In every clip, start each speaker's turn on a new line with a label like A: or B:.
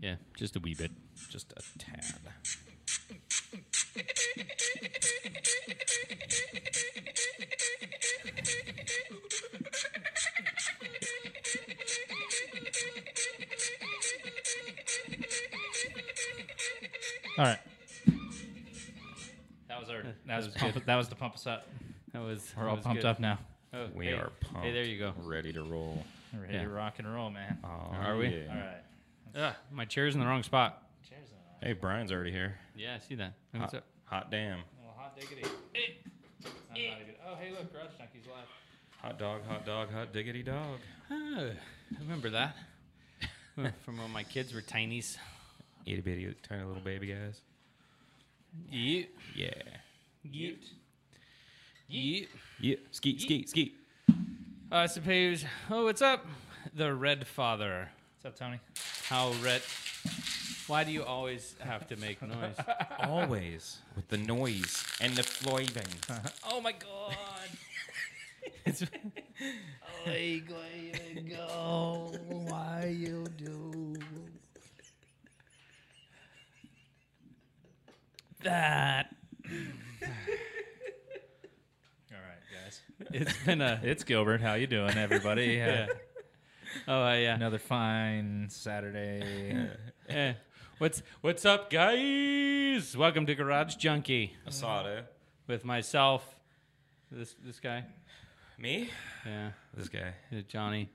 A: Yeah, just a wee bit. Just a tad.
B: All right.
C: That was our. That was
A: was
C: pump,
A: good.
C: that was to pump us up.
A: That was.
C: We're all
A: that was
C: pumped
A: good.
C: up now.
A: Oh,
D: We
A: hey,
D: are pumped.
A: Hey, there you go.
D: Ready to roll.
C: We're Ready
A: Yeah.
C: to rock and roll, man.
D: Oh,
A: Are we?
D: yeah.
C: All right.
A: Ugh, my chair's in the wrong spot.
C: Cheers. and all.
D: Hey, Brian's already here.
A: Yeah, I see that. What's
D: Hot,
A: up?
D: hot damn.
C: Well, hot diggity. Eh. I'm not a good- Oh, hey, look, Garage Junkies live.
D: Hot dog, hot dog, hot diggity dog.
A: Oh, I remember that from when my kids were tinies.
D: Itty bitty, tiny little baby guys.
A: Yeet,
D: Yeah.
A: yeet, yeet.
D: Yeah. Skeet, skeet, skeet.
A: I suppose. Oh, what's up? The Red Father.
C: What's up, Tony?
A: How red? Why do you always have to make noise?
D: Always with the noise and the floiding.
A: oh my god! It's-
E: Why you do
A: that.
C: All right, guys.
A: It's been a
C: It's Gilbert. How you doing, everybody? yeah.
A: oh uh, yeah.
C: Another fine Saturday.
A: Eh. What's what's up, guys? Welcome to Garage Junkie
D: Asada.
A: with myself. This this guy.
D: Me?
A: Yeah,
D: This guy.
A: uh, Johnny.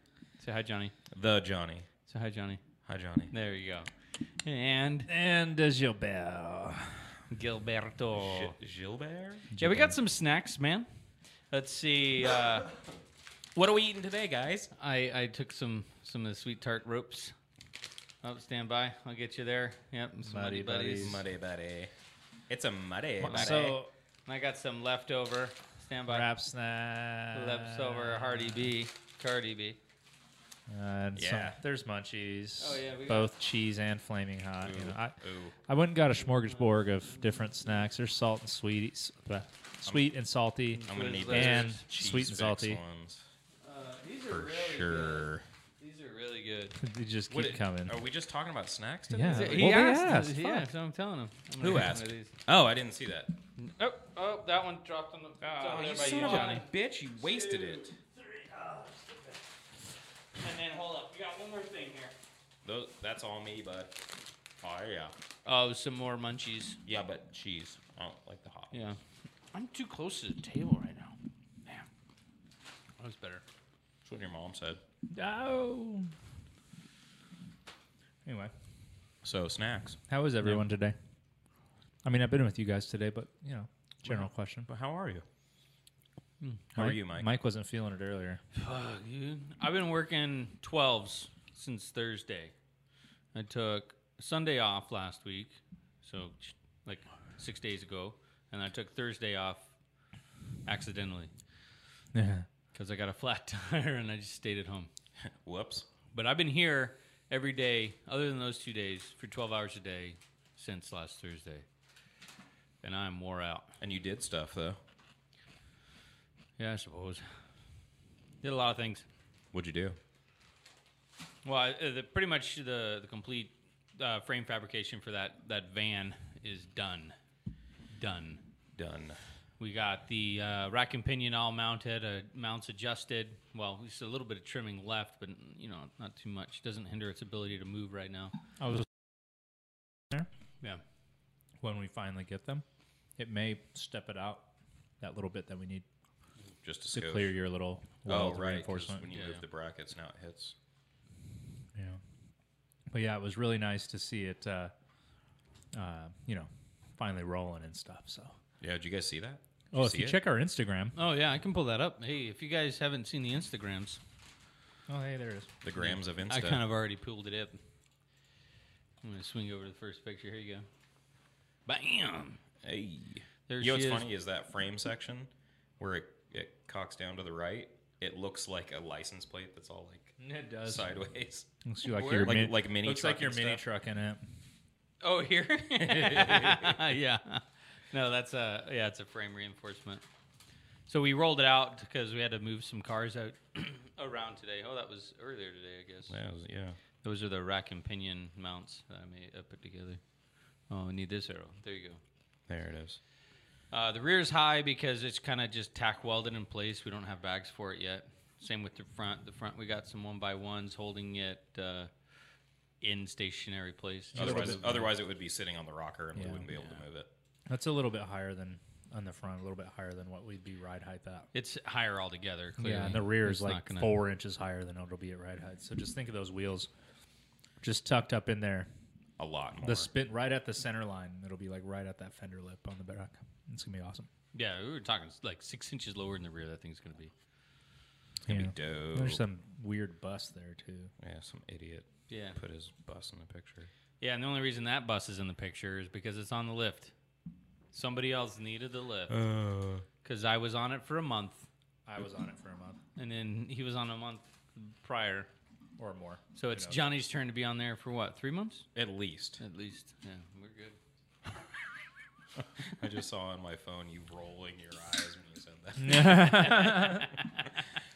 A: Say hi, Johnny.
D: The Johnny.
A: Say hi, Johnny.
D: Hi, Johnny.
A: There you go. And
C: and uh, Gilbert.
A: Gilberto.
D: Gi- Gilbert?
A: Yeah, we got some snacks, man. Let's see. Uh, what are we eating today, guys? I, I took some some of the sweet tart ropes. Oh, stand by. I'll get you there. Yep, some
C: Muddy
A: muddy
C: Buddies.
A: buddies.
D: Muddy buddy. It's a muddy buddy.
C: So
A: And I got some leftover. Stand by.
C: wrap snack.
A: Leftover Hardy B, Cardi B.
C: And some-
D: Yeah.
C: there's munchies.
A: Oh, yeah, we got-
C: both cheese and flaming hot. you know. I,
D: Ooh.
C: I went and got a smorgasbord of different snacks. There's salt and sweet, uh, sweet and salty.
D: I'm gonna need those
A: And
D: cheese
C: sweet and
D: fix
C: salty.
D: ones
A: Uh, these are
D: for
A: really good.
D: sure.
A: These are really good.
C: They just
D: Mm. What
C: keep
D: it- oh.
C: coming.
D: Are we just talking about snacks today? Is
C: Yeah.
A: He
D: it-
C: Well, they
A: asked.
C: asked,
A: Yeah,
C: fuck.
A: so I'm telling him. I'm
D: Who
A: gonna get some
D: asked?
A: of these.
D: Oh, I didn't see that.
A: Oh, oh, that one dropped on the. it's over there by you, Johnny.
D: bitch! You wasted it.
A: And then hold up, we got one more thing here.
D: Those, that's all me, bud. Oh yeah,
A: Oh, some more munchies.
D: yeah, but cheese. I don't like the hot.
A: Yeah. I'm too close to the table right now. Damn. That was better.
D: That's what your mom said.
C: No. Anyway,
D: So snacks.
C: how is everyone today? I mean, I've been with you guys today, but you know, general question.
D: But how are you? How are you, Mike?
C: Hmm. Mike wasn't feeling it earlier.
A: Fuck, dude. I've been working 12s since Thursday. I took Sunday off last week, so like six days ago, and I took Thursday off accidentally
C: Yeah.
A: because I got a flat tire and I just stayed at home.
D: Whoops.
A: But I've been here every day, other than those two days, for 12 hours a day since last Thursday. And I'm wore out.
D: And you did stuff though.
A: Yeah, I suppose. Did a lot of things.
D: What'd you do?
A: Well, I- uh, the, pretty much the, the complete uh, frame fabrication for that, that van is done. Done.
D: Done.
A: We got the uh, rack and pinion all mounted, uh, mounts adjusted. Well, just a little bit of trimming left, but you know, not too much. Doesn't hinder its ability to move right now.
C: I was there
A: Yeah.
C: when we finally get them. It may step it out that little bit that we need
D: Just a
C: to
D: scoop.
C: clear your little
D: Oh
C: weld
D: right. 'cause
C: reinforcement.
D: When you
A: Yeah,
D: move
A: yeah.
D: the brackets, now it hits.
C: Yeah. But yeah, it was really nice to see it, uh, uh, you know, finally rolling and stuff. So,
D: Yeah. Did you guys see that? Did
C: oh, if
D: see
C: you
D: it?
C: check our Instagram,
A: Oh yeah, I can pull that up. Hey, if you guys haven't seen the Instagrams,
C: oh hey, there it is.
D: the grams of Insta.
A: I kind of already pulled it up. I'm gonna swing over to the first picture. Here you go. Bam!
D: Hey.
A: There
D: you know
A: she
D: what's
A: is.
D: funny is that frame section where it, it cocks down to the right, it looks like a license plate that's all like
C: It does.
D: sideways.
C: Looks like
A: Where?
C: your
D: Like-
C: mini,
D: like mini
C: Looks
D: truck
C: like your
D: and
C: mini
D: stuff.
C: truck in it.
A: Oh, here. yeah. No, that's a yeah, it's a frame reinforcement. So we rolled it out because we had to move some cars out around today. Oh, that was earlier today, I guess.
D: Yeah, it was- yeah.
A: Those are the rack and pinion mounts that I made I put together. Oh, I need this arrow. There you go.
D: There it is.
A: Uh, the rear is high because it's kind of just tack welded in place. We don't have bags for it yet. Same with the front. The front we got some one by ones holding it uh, in stationary place.
D: Otherwise,
C: bit-
D: otherwise it would be sitting on the rocker and
C: Yeah.
D: we wouldn't be able to move it.
C: That's a little bit higher than on the front, a little bit higher than what we'd be ride height at.
A: It's higher altogether. Clearly.
C: Yeah, and the rear
A: It's
C: is like
A: not gonna-
C: four inches higher than it'll be at ride height. So just think of those wheels, just tucked up in there.
D: A lot more.
C: The spin right at the center line. It'll be like right at that fender lip on the back. It's gonna be awesome.
A: Yeah, we were talking s- like six inches lower in the rear. That thing's gonna be.
D: it's gonna
C: Yeah.
D: be dope.
C: There's some weird bus there too.
D: yeah, some idiot
A: Yeah.
D: put his bus in the picture.
A: Yeah, and the only reason that bus is in the picture is because it's on the lift. Somebody else needed the lift
D: Uh,
A: because I was on it for a month,
C: I was on it for a month
A: and then he was on a month prior.
C: or more.
A: So it's
C: knows?
A: Johnny's turn to be on there for what? Three months
D: at least.
A: at least. Yeah, we're good.
D: I just saw on my phone you rolling your eyes when you said that.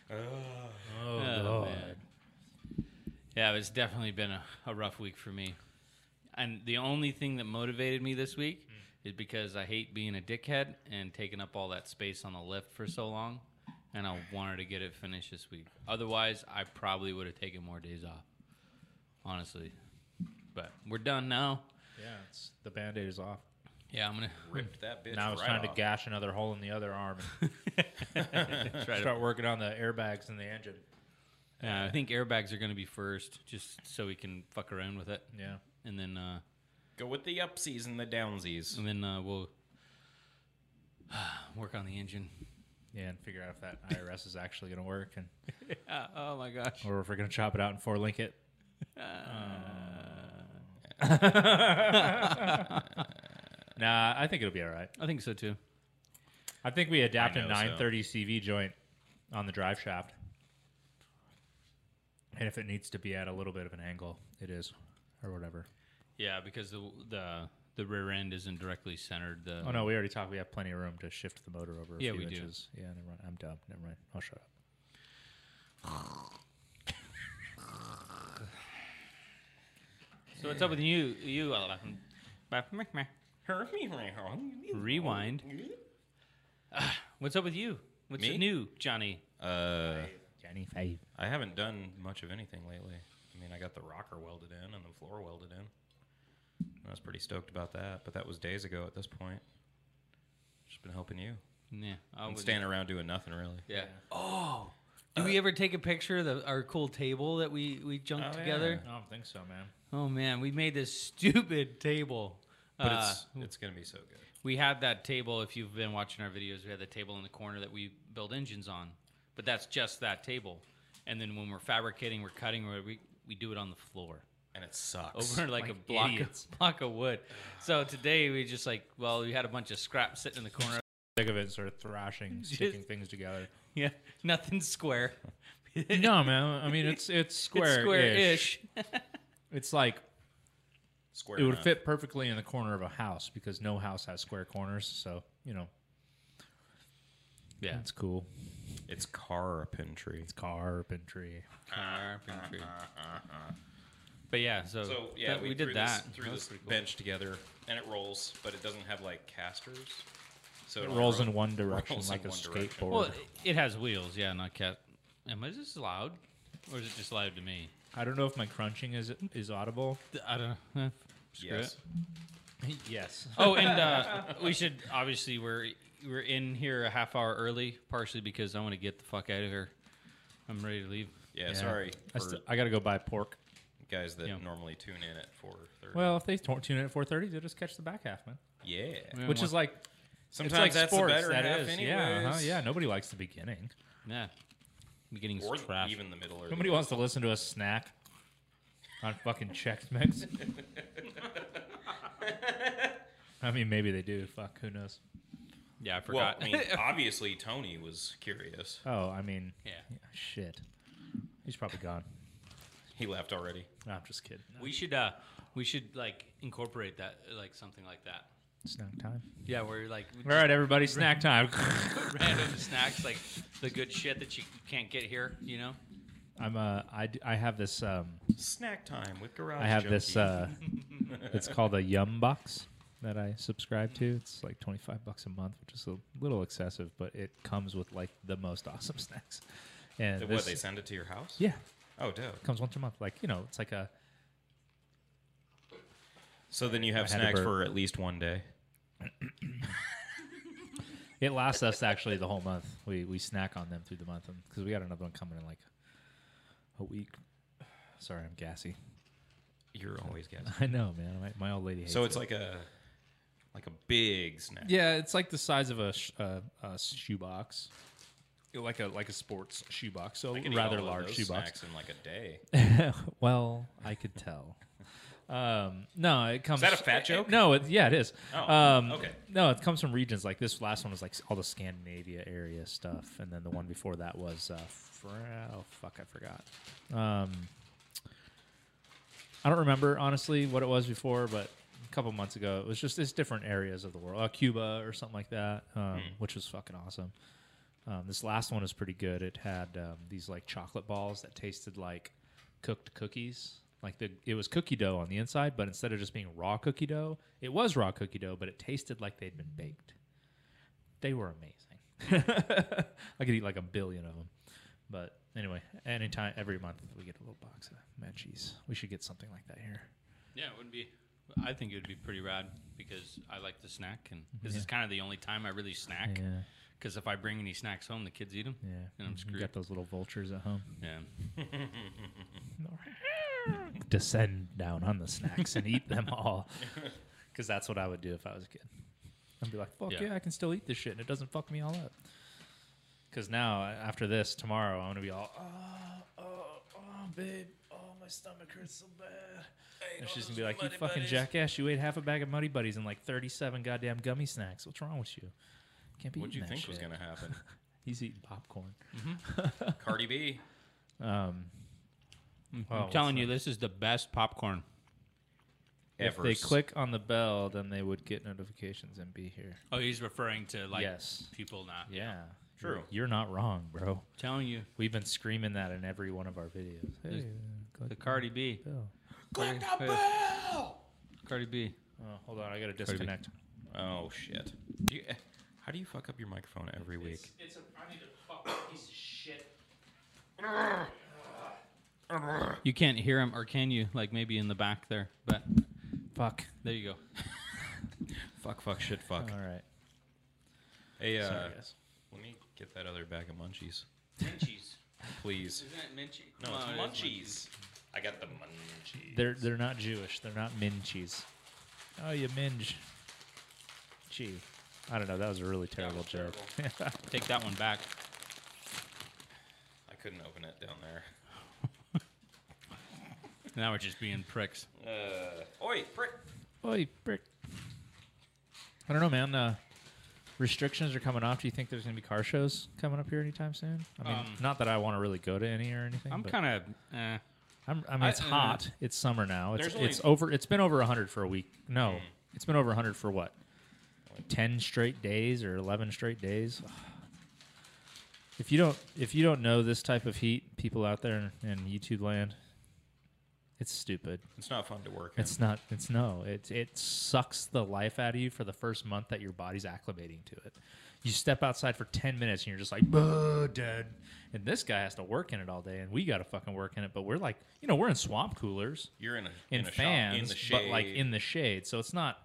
C: Oh,
A: Oh,
C: God.
A: man. Yeah, it's definitely been a, a rough week for me. And the only thing that motivated me this week
C: Mm.
A: is because I hate being a dickhead and taking up all that space on the lift for so long. And I wanted to get it finished this week. Otherwise, I probably would have taken more days off, honestly. But we're done now.
C: Yeah, it's, the band aid is off.
A: Yeah, I'm going
D: Ripped that bitch.
C: now it's
D: right
C: time
D: off.
C: to gash another hole in the other arm and
A: to try to.
C: start working on the airbags and the engine.
A: Yeah, I think airbags are going to be first just so we can fuck around with it.
C: Yeah.
A: And then. Uh,
D: Go with the upsies and the downsies.
A: And then uh, we'll work on the engine.
C: Yeah, and figure out if that IRS is actually going to work, and
A: oh my gosh.
C: or if we're going to chop it out and four link it. Uh, nah, I think it'll be all right.
A: I think so too.
C: I think we adapt
D: I
C: a
D: know so.
C: 930 CV joint on the drive shaft, and if it needs to be at a little bit of an angle, it is, or whatever.
A: Yeah, because the the the rear end isn't directly centered. The,
C: Oh no, we already talked. We have plenty of room to shift the motor over. A
A: Yeah,
C: few
A: we do.
C: inches. Yeah, never mind. I'm dumb. Never mind. I'll shut up.
A: So what's up with you? You uh, rewind. What's up with you? What's
D: Me?
A: new, Johnny?
D: Uh,
C: Johnny Five.
D: I haven't done much of anything lately. I mean, I got the rocker welded in and the floor welded in. I was pretty stoked about that, but that was days ago at this point. Just been helping you.
A: Yeah, I
D: I'm
A: would-
D: standing around doing nothing really.
A: Yeah. Oh, did we ever take a picture of the, our cool table that we we junked
D: Oh,
A: together?
D: yeah.
C: I don't think so, man.
A: Oh man, we made this stupid table.
D: But
A: Uh,
D: it's it's gonna be so good.
A: We had that table. If you've been watching our videos, we had the table in the corner that we build engines on, but that's just that table. And then when we're fabricating, we're cutting, or we we do it on the floor
D: And it sucks.
A: over like, a
C: Like
A: block
C: idiots.
A: of, block of wood. So today we just like well, we had a bunch of scrap sitting in the corner.
C: Sick of it, sort of thrashing, sticking things together.
A: yeah, nothing square.
C: no, man. I mean, it's it's square
A: square-ish.
C: It's like
D: Square.
C: it would
D: enough.
C: fit perfectly in the corner of a house because no house has square corners. So you know,
A: Yeah.
C: that's cool.
D: It's carpentry.
C: It's carpentry.
A: Carpentry. But yeah, so,
D: So yeah,
A: that-
D: we,
A: we, did
D: threw
A: that.
D: This,
A: That
D: threw
A: was
D: this
A: pretty cool.
D: bench together, and it rolls, but it doesn't have like casters. So
C: It
D: only
C: rolls
D: ro-
C: in one direction
D: rolls in
C: like a
D: one direction.
C: skateboard.
A: Well, it, it has wheels, yeah, not cat. Am I just loud, or is it just loud to me?
C: I don't know if my crunching is is audible.
A: I don't know. Screw
D: Yes.
A: it.
C: yes.
A: Oh, and uh, we should obviously we're we're in here a half hour early, partially because I want to get the fuck out of here. I'm ready to leave.
D: Yeah, Sorry
C: I,
D: for
C: st- I got to go buy pork.
D: guys that
A: Yeah.
D: normally tune in at four thirty.
C: Well, if they t- tune in at four they'll just catch the back half, man.
D: yeah.
A: Yeah,
C: Which
A: what-
C: is like
D: Sometimes
C: it's like
D: that's
C: sports.
D: the better
C: that
D: half,
C: is.
D: anyways.
C: yeah, uh-huh, yeah. Nobody likes the beginning.
A: Yeah, beginning's
D: Or
A: crap.
D: even the middle. Or
C: Nobody
D: the
C: wants to listen to us snack on fucking Chex Mix. I mean, maybe they do. Fuck, who knows?
A: yeah, I
D: Well,
A: forgot.
D: I mean, uh, obviously Tony was curious.
C: Oh, I mean,
A: yeah,
C: shit. He's probably gone.
D: He left already.
C: No, I'm just kidding.
A: we should uh, we should like incorporate that like something like that.
C: Snack time.
A: Yeah, where like we
C: All right, everybody, snack time.
A: just random snacks like the good shit that you can't get here. You know,
C: I'm uh, I, d- I have this um,
D: Snack time with garage.
C: I have this.
D: Junkie.
C: Uh, it's called a Yum Box that I subscribe to. It's like twenty five bucks a month, which is a little excessive, but it comes with like the most awesome snacks. And
D: Th-
C: this,
D: what they send it to your house?
C: yeah,
D: Oh, dope.
C: comes once a month. Like you know, it's like a
D: So then you have
C: I had a
D: snacks
C: burp.
D: for at least one day.
C: It lasts us actually the whole month. We we snack on them through the month because we got another one coming in like a week. Sorry, I'm gassy.
D: You're always getting.
C: I know, man. My, my old lady. Hates
D: So it's
C: it.
D: like a like a big snack.
C: yeah, it's like the size of a sh- uh, a shoebox, like a like a sports shoebox. So
D: I could eat
C: rather
D: all of
C: large
D: those
C: shoebox.
D: snacks in like a day.
C: well, I could tell. Um, no, it comes.
D: that a fat joke?
C: No, it, yeah, it is.
D: Oh,
C: um,
D: okay.
C: No, it comes from regions like this. Last one was like all the Scandinavia area stuff, and then the one before that was uh, fr- oh fuck, I forgot. Um, I don't remember honestly what it was before, but a couple months ago it was just it's different areas of the world, uh, Cuba or something like that,
D: Hmm.
C: um, which was fucking awesome. Um, this last one was pretty good. It had um, these like chocolate balls that tasted like cooked cookies. Like the it was cookie dough on the inside, but instead of just being raw cookie dough, it was raw cookie dough, but it tasted like they'd been baked. They were amazing. I could eat like a billion of them. But anyway, anytime every month we get a little box of mad cheese. We should get something like that here.
A: Yeah, it would be. I think it would be pretty rad because I like the snack, and this is kind of the only time I really snack.
C: Yeah,
A: Because if I bring any snacks home, the kids eat them.
C: yeah.
A: And I'm
C: You
A: screwed.
C: got those little vultures at home.
A: Yeah.
C: Descend down on the snacks and eat them all. Because that's what I would do if I was a kid. I'd be like, fuck
A: Yeah.
C: yeah. I can still eat this shit and it doesn't fuck me all up. Because now, a- after this, tomorrow, I'm going to be all, oh, oh, oh, babe. Oh, my stomach hurts so bad. And she's going to be like, you fucking jackass. You ate half a bag of Muddy Buddies and like 37 goddamn gummy snacks. What's wrong with you? Can't be
D: What'd you
C: eating that
D: think was
C: shit."
D: gonna happen?
C: He's eating popcorn.
D: Cardi B.
C: Um, Mm-hmm.
A: I'm
C: Oh,
A: telling you, this is the best popcorn.
C: if
D: Evers.
C: they click on the bell, then they would get notifications and be here.
A: Oh, he's referring to like
C: Yes.
A: people not.
C: Yeah.
D: True.
C: You're, you're not wrong, bro.
A: Telling you,
C: We've been screaming that in every one of our videos. Hey, click
A: the Cardi B.
C: the bell.
A: Click the bell. Cardi B.
C: Oh, hold on, I gotta disconnect.
D: Oh shit. Do you, eh, how do you fuck up your microphone every week?
A: It's a. I need a fucking piece of shit. You can't hear him, or can you? Like maybe in the back there, but
C: Fuck.
A: there you go.
D: Fuck, fuck, shit,
C: All
D: fuck.
C: right.
D: Hey, uh,
C: Uh, Sorry, guys.
D: let me get that other bag of munchies,
A: Munchies.
D: please.
A: Isn't it munchie?
D: No,
A: Oh, it
D: it's
A: is
D: munchies. I got the munchies.
C: They're they're not Jewish. They're not minchies. Oh, you minge. Gee, I don't know. That was a really
D: That
C: terrible
D: was
C: joke.
D: terrible.
A: Take that one back.
D: I couldn't open it down there.
A: Now we're just being pricks.
D: Uh, oi, prick.
C: Oi, brick. I don't know, man. Uh, restrictions are coming off. Do you think there's gonna be car shows coming up here anytime soon? I mean,
A: Um,
C: not that I want to really go to any or anything.
A: I'm
C: but-
A: kind of. Eh.
C: I'm, I mean,
A: I-
C: it's
A: uh,
C: hot. It's summer now. It's,
D: there's only-
C: it's over. It's been over 100 for a week.
A: Hmm.
C: No, it's been over 100 for what? 10 straight days or 11 straight days. If you don't, if you don't know this type of heat, people out there in, in YouTube land, it's stupid.
D: It's not fun to work in.
C: It's not. It's no. It it sucks the life out of you for the first month that your body's acclimating to it. You step outside for ten minutes and you're just like, "Buh, dead. And this guy has to work in it all day, and we got to fucking work in it. But we're like, you know, we're in swamp coolers,
D: You're in a
C: in,
D: in a
C: fans,
D: shop, in the shade.
C: but like in the shade, so it's not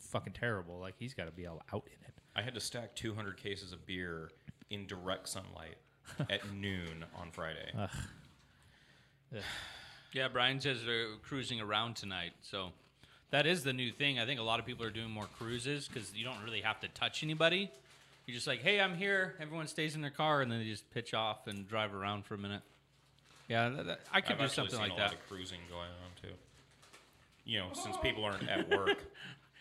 C: fucking terrible. Like he's got to be all out in it.
D: I had to stack 200 cases of beer in direct sunlight at noon on Friday.
A: Yeah, Brian says they're cruising around tonight. So that is the new thing. I think a lot of people are doing more cruises because you don't really have to touch anybody. You're just like, hey, I'm here. Everyone stays in their car, and then they just pitch off and drive around for a minute. Yeah, that, that- I could
D: I've
A: do
D: actually
A: something
D: seen
A: like
D: a
A: that.
D: lot of cruising going on too. You know, since people aren't at work,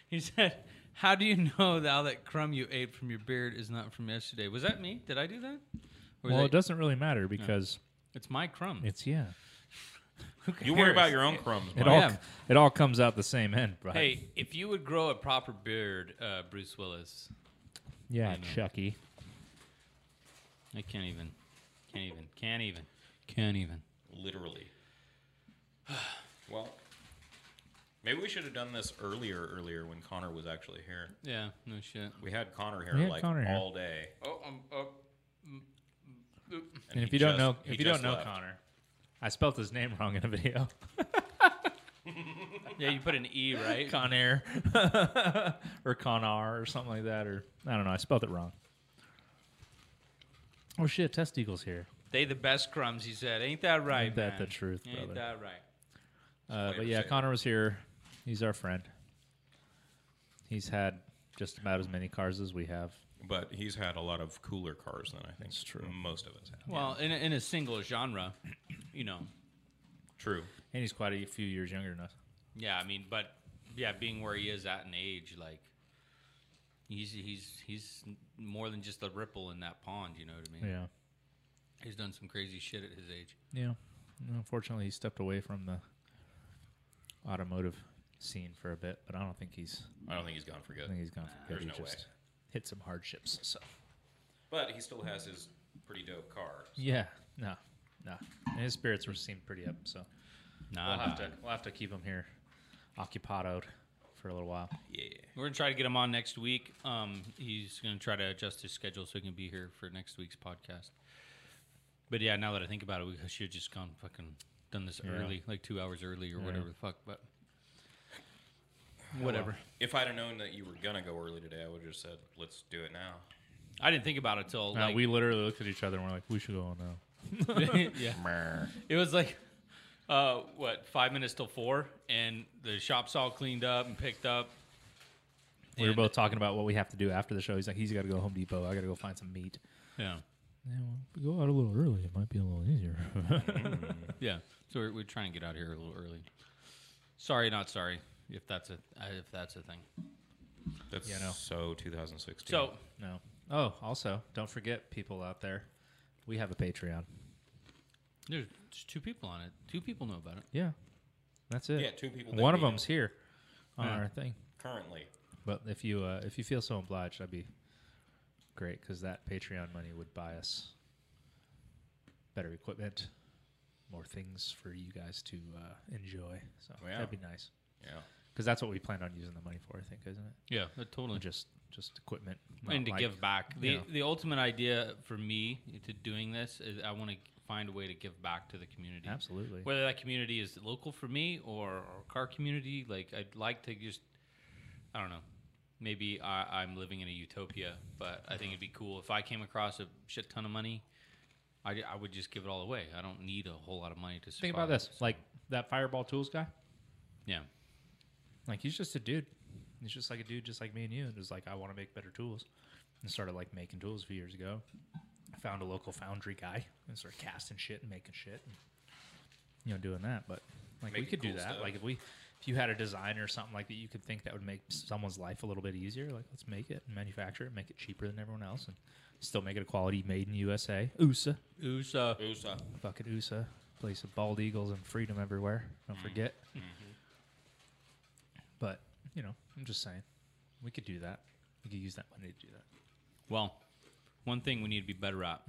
A: He said, "How do you know now that crumb you ate from your beard is not from yesterday? Was that me? Did I do that? Or is
C: Well,
A: that-
C: it doesn't really matter because
A: It's my crumb.
C: it's yeah.
A: Who
D: you worry
A: cares?
D: about your own crumbs.
C: It
D: Mike.
C: all
A: yeah.
C: it all comes out the same end, right?
A: Hey, if you would grow a proper beard, uh, Bruce Willis,
C: yeah,
A: I know.
C: Chucky.
A: I can't even, can't even, can't even, can't even.
D: Literally. well, maybe we should have done this earlier, earlier when Connor was actually here.
A: Yeah, no shit.
D: We had Connor here
C: We had
D: like
C: Connor here.
D: all day.
A: Oh,
C: um,
A: I'm up.
C: And, if
D: he
C: you don't
D: just-
C: know,
D: he
C: if you don't
D: just
C: know
D: left.
C: Connor, I spelt his name wrong in a video.
A: Yeah, you put an E, right?
C: Conair or Conar or something like that, or I don't know. I spelled it wrong. Oh shit, testicles here.
A: They the best crumbs, he said. Ain't that right?
C: Ain't that
A: man?
C: the truth, brother.
A: Ain't that right?
C: Uh, but
D: flavor
C: yeah,
D: saver.
C: Connor was here. He's our friend. He's had just about as many cars as we have.
D: But he's had a lot of cooler cars than I think
C: That's true.
D: most of us have.
A: Well, in a, in a single genre, you know.
D: True.
C: And he's quite a few years younger than us.
A: Yeah, I mean, but yeah, being where he is at an age, like he's he's he's more than just a ripple in that pond. You know what I mean?
C: Yeah.
A: He's done some crazy shit at his age.
C: Yeah. Unfortunately, he stepped away from the automotive scene for a bit, but I don't think he's.
D: I don't think he's gone for
C: I
D: good.
C: think he's gone for good.
D: There's
C: He
D: no way.
C: just hit some hardships. So.
D: But he still has his pretty dope car.
C: Yeah. No. No. And his spirits were seemed pretty up, so
A: Nah,
C: we'll
A: nah.
C: have to we'll have to keep him here, occupied out for a little while.
D: Yeah.
A: We're gonna try to get him on next week. Um, he's gonna try to adjust his schedule so he can be here for next week's podcast. But yeah, now that I think about it, we should have just gone fucking done this
C: Yeah.
A: early, like two hours early or
C: Yeah. Oh,
A: whatever the fuck. But whatever.
D: If I'd have known that you were gonna go early today, I would have just said, "Let's do it now."
A: I didn't think about it till like
C: Uh, we literally looked at each other and we're like, we should go on now.
A: yeah. It was like, uh, what, five minutes till four, and the shop's all cleaned up and picked up.
C: We were
A: And-
C: both talking about what we have to do after the show. He's like, he's got to go Home Depot. I got to go find some meat.
A: Yeah,
C: Yeah, well, if we go out a little early, it might be a little easier.
A: yeah. So we're, we're trying to get out of here a little early. Sorry, not sorry. If that's a uh, if that's a thing.
D: That's
C: Yeah, no.
D: so 2016.
A: So
C: no. Oh, also, don't forget, people out there, we have a Patreon.
A: there's just two people on it. Two people know about it.
C: Yeah, that's it.
D: yeah, two people. that
C: One of
D: need it
C: them's here on
A: Yeah.
C: our thing.
D: currently.
C: But if you uh, if you feel so obliged, that'd be great because that Patreon money would buy us better equipment, more things for you guys to uh, enjoy. So
D: Yeah.
C: that'd be nice
D: Yeah.
C: because that's what we plan on using the money for. I think, isn't it?
A: Yeah, totally.
C: Just just equipment not
A: and to
C: like-
A: give back. The
C: Yeah.
A: the ultimate idea for me to doing this is I want to find a way to give back to the community.
C: Absolutely.
A: whether that community is local for me or, or car community like i'd like to just i don't know maybe I, i'm living in a utopia but i think it'd be cool if i came across a shit ton of money I, I would just give it all away i don't need a whole lot of money to survive.
C: Think about this, like that Fireball Tools guy.
A: yeah
C: Like he's just a dude. He's just like a dude, just like me and you, and was like, I want to make better tools, and started like making tools a few years ago. I found a local foundry guy and started casting shit and making shit, and, you know, doing that. But like we
D: Making
C: could do
D: cool
C: that.
D: stuff.
C: Like if we, if you had a designer or something like that, you could think that would make someone's life a little bit easier. Like let's make it and manufacture it, make it cheaper than everyone else, and still make it a quality made in USA. USA,
A: USA.
D: USA.
C: fucking USA, place of bald eagles and freedom everywhere. Don't
D: Mm-hmm.
C: forget. But you know, I'm just saying, we could do that. We could use that money to do that.
A: well one thing we need to be better at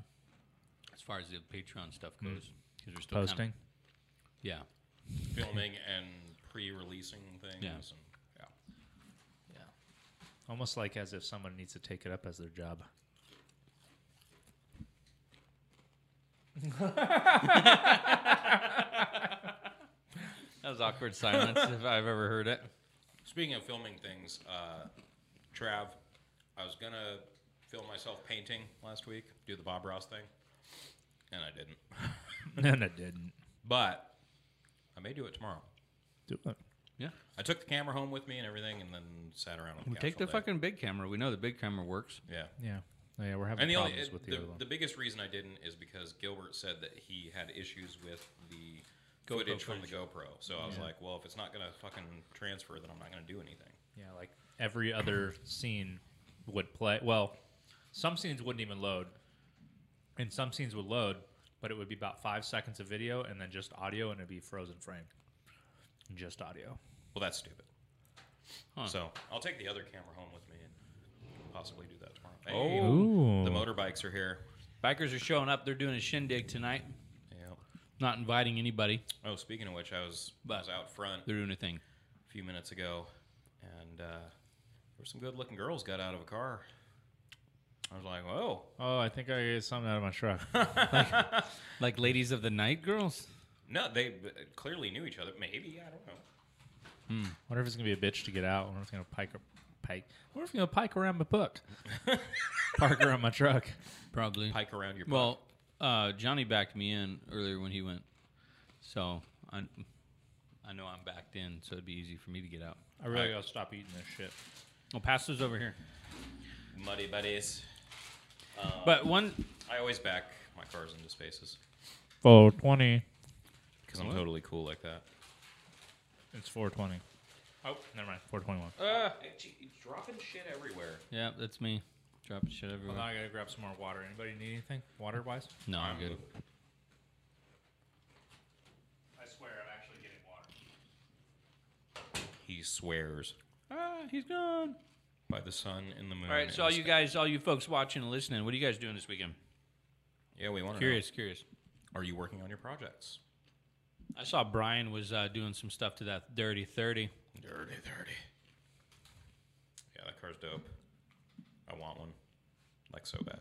A: as far as the patreon stuff goes because we're still kinda-
C: Posting.
A: yeah
D: Filming and pre-releasing things.
A: Yeah.
D: And, yeah.
C: Yeah. Almost like as if someone needs to take it up as their job.
A: that was awkward silence if i've ever heard it
D: Speaking of filming things, uh, Trav, I was gonna film myself painting last week, do the Bob Ross thing, and I didn't.
C: no, no, didn't.
D: But I may do it tomorrow.
C: Do it.
A: yeah
D: I took the camera home with me and everything, and then sat around on the
A: we
D: couch
A: take the
D: all day.
A: fucking big camera we know the big camera works
D: yeah.
C: Yeah. Oh, yeah, we're having
D: And the only
C: problems
D: it-
C: with the,
D: the,
C: other one.
D: the biggest reason I didn't is because Gilbert said that he had issues with the
A: GoPro
D: footage from the
A: footage.
D: GoPro. So I was like, well, if it's not gonna fucking transfer, then I'm not gonna do anything.
C: Yeah, like every other scene would play. Well, some scenes wouldn't even load, and some scenes would load, but it would be about five seconds of video and then just audio, and it'd be frozen frame, just audio.
D: Well, that's stupid.
A: Huh.
D: So I'll take the other camera home with me and possibly do that tomorrow. Hey,
A: Oh.
D: the motorbikes are here.
A: Bikers are showing up. They're doing a shindig tonight.
D: Yeah.
A: Not inviting anybody.
D: Oh, speaking of which, I was I
A: But-
D: was out front
A: They're doing a thing.
D: a few minutes ago, and uh, there were some good-looking girls got out of a car. I was like, "Whoa!"
C: Oh, I think I get something out of my truck.
A: Like ladies of the night girls.
D: No, they uh, clearly knew each other. Maybe I don't know.
C: wonder if it's gonna be a bitch to get out. wonder if it's gonna pike, pike. wonder if it's gonna pike around my book. Park around my truck.
A: Probably.
D: Pike around your
A: Well, uh, Johnny backed me in earlier when he went, so I, I know I'm backed in, so it'd be easy for me to get out.
C: I really gotta stop eating this shit.
A: Well, pass those over here.
D: butt. muddy buddies.
A: But one,
D: I always back my cars into spaces
C: Four twenty.
D: because I'm
A: What?
D: totally cool like that.
C: It's four twenty. Oh, never mind. Four twenty-one.
D: Uh, dropping shit everywhere.
A: yeah, that's me. Dropping shit everywhere.
C: I gotta grab some more water. Anybody need anything water-wise?
A: no, I'm good.
C: I swear, I'm actually getting water.
D: He swears
A: Ah, he's gone.
D: by the sun and the moon.
A: All right,
D: and
A: so all
D: the
A: you
D: sky.
A: guys, all you folks watching and listening, what are you guys doing this weekend?
D: Yeah, we want to.
A: Curious, curious.
D: Are you working on your projects?
A: I saw Brian was uh, doing some stuff to that Dirty Thirty.
D: Dirty, dirty. Yeah, that car's dope. I want one, like so bad.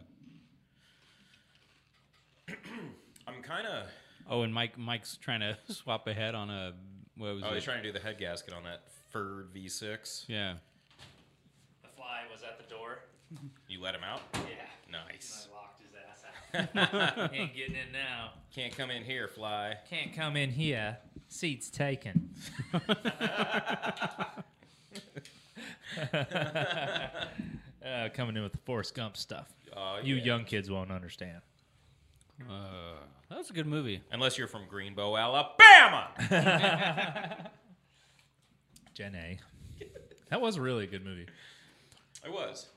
D: I'm kind of.
A: Oh, and Mike, Mike's trying to swap a head on a what was
D: Oh,
A: it?
D: he's trying to do the head gasket on that Ford V6.
A: yeah,
E: The fly was at the door.
D: You let him out.
E: Yeah.
D: Nice.
E: I locked his ass out. Ain't getting in now.
D: Can't come in here, fly.
E: Can't come in here. Seat's taken.
C: Uh, coming in with the Forrest Gump stuff.
D: Oh,
C: You
D: yeah.
C: young kids won't understand.
A: uh, that was a good movie.
D: Unless you're from Greenbow, Alabama.
C: Gen A. that was really a good movie.
D: I was.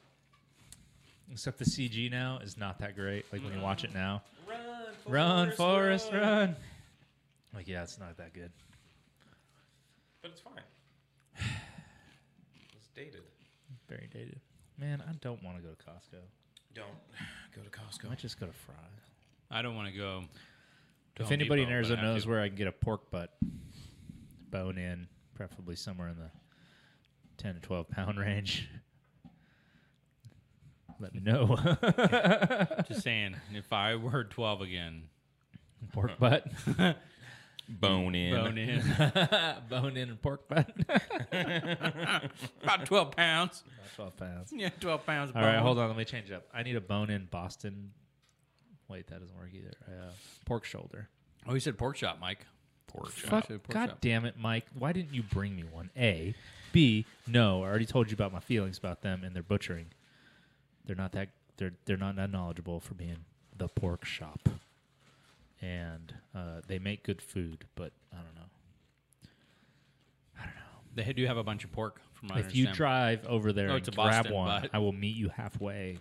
C: Except the CG now is not that great. Like when you watch it now,
D: Run, Forrest,
E: Mm-hmm.
C: run, Forrest, run. Like yeah, it's not that good.
D: But it's fine. It's dated.
C: Very dated. Man, I don't want to go to Costco.
D: Don't go to
C: I
D: Costco.
C: might just go to Fry.
A: I don't want to go. to
C: if
A: Home
C: anybody in
A: Depot, but I
C: Arizona
A: have
C: knows
A: to.
C: where I can get a pork butt, bone in, preferably somewhere in the ten to twelve pound range. Let me know.
A: Just saying, if I were 12 again,
C: pork butt,
D: Bone in.
A: bone in
C: bone in and pork butt.
A: about 12 pounds.
C: twelve pounds.
A: Yeah, 12 pounds.
C: All right, hold on. Let me change it up. I need a bone in Boston. Wait, that doesn't work either. Uh, pork shoulder.
A: Oh, he said pork chop, Mike.
D: Pork chop.
C: Fuck,
A: should have pork
C: God
A: chop.
C: damn it, Mike. Why didn't you bring me one? A. B. No, I already told you about my feelings about them and their butchering. They're not that they're they're not that knowledgeable for being the pork shop. And uh, they make good food, but I don't know.
A: They do have a bunch of pork. From what I
C: if you
A: understand.
C: drive over there
A: Oh,
C: and
A: to
C: grab
A: Boston,
C: one,
A: but-
C: I will meet you halfway.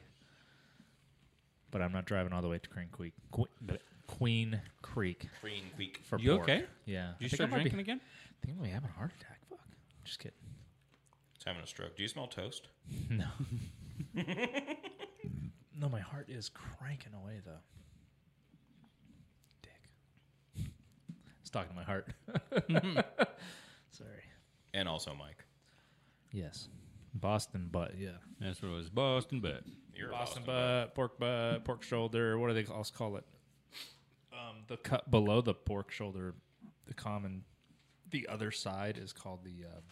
C: But I'm not driving all the way to Crane Creek. Que- bleh, Queen Creek
D: Green week.
C: for
A: You
C: pork.
A: okay?
C: Yeah. I
A: Did you
C: think I
A: start
C: might be-
A: drinking again?
C: I think I might have a heart attack. Fuck. Just kidding.
D: It's having a stroke. Do you smell toast?
C: No. no, my heart is cranking away though. Dick. It's talking to my heart. Sorry.
D: And also Mike.
C: Yes. Boston butt, yeah.
A: That's what it was. Boston, but
D: You're a
C: Boston,
D: Boston, bud.
C: butt, pork butt, pork shoulder. What do they also call it? Um, the cut below the pork shoulder, the common, the other side is called the um,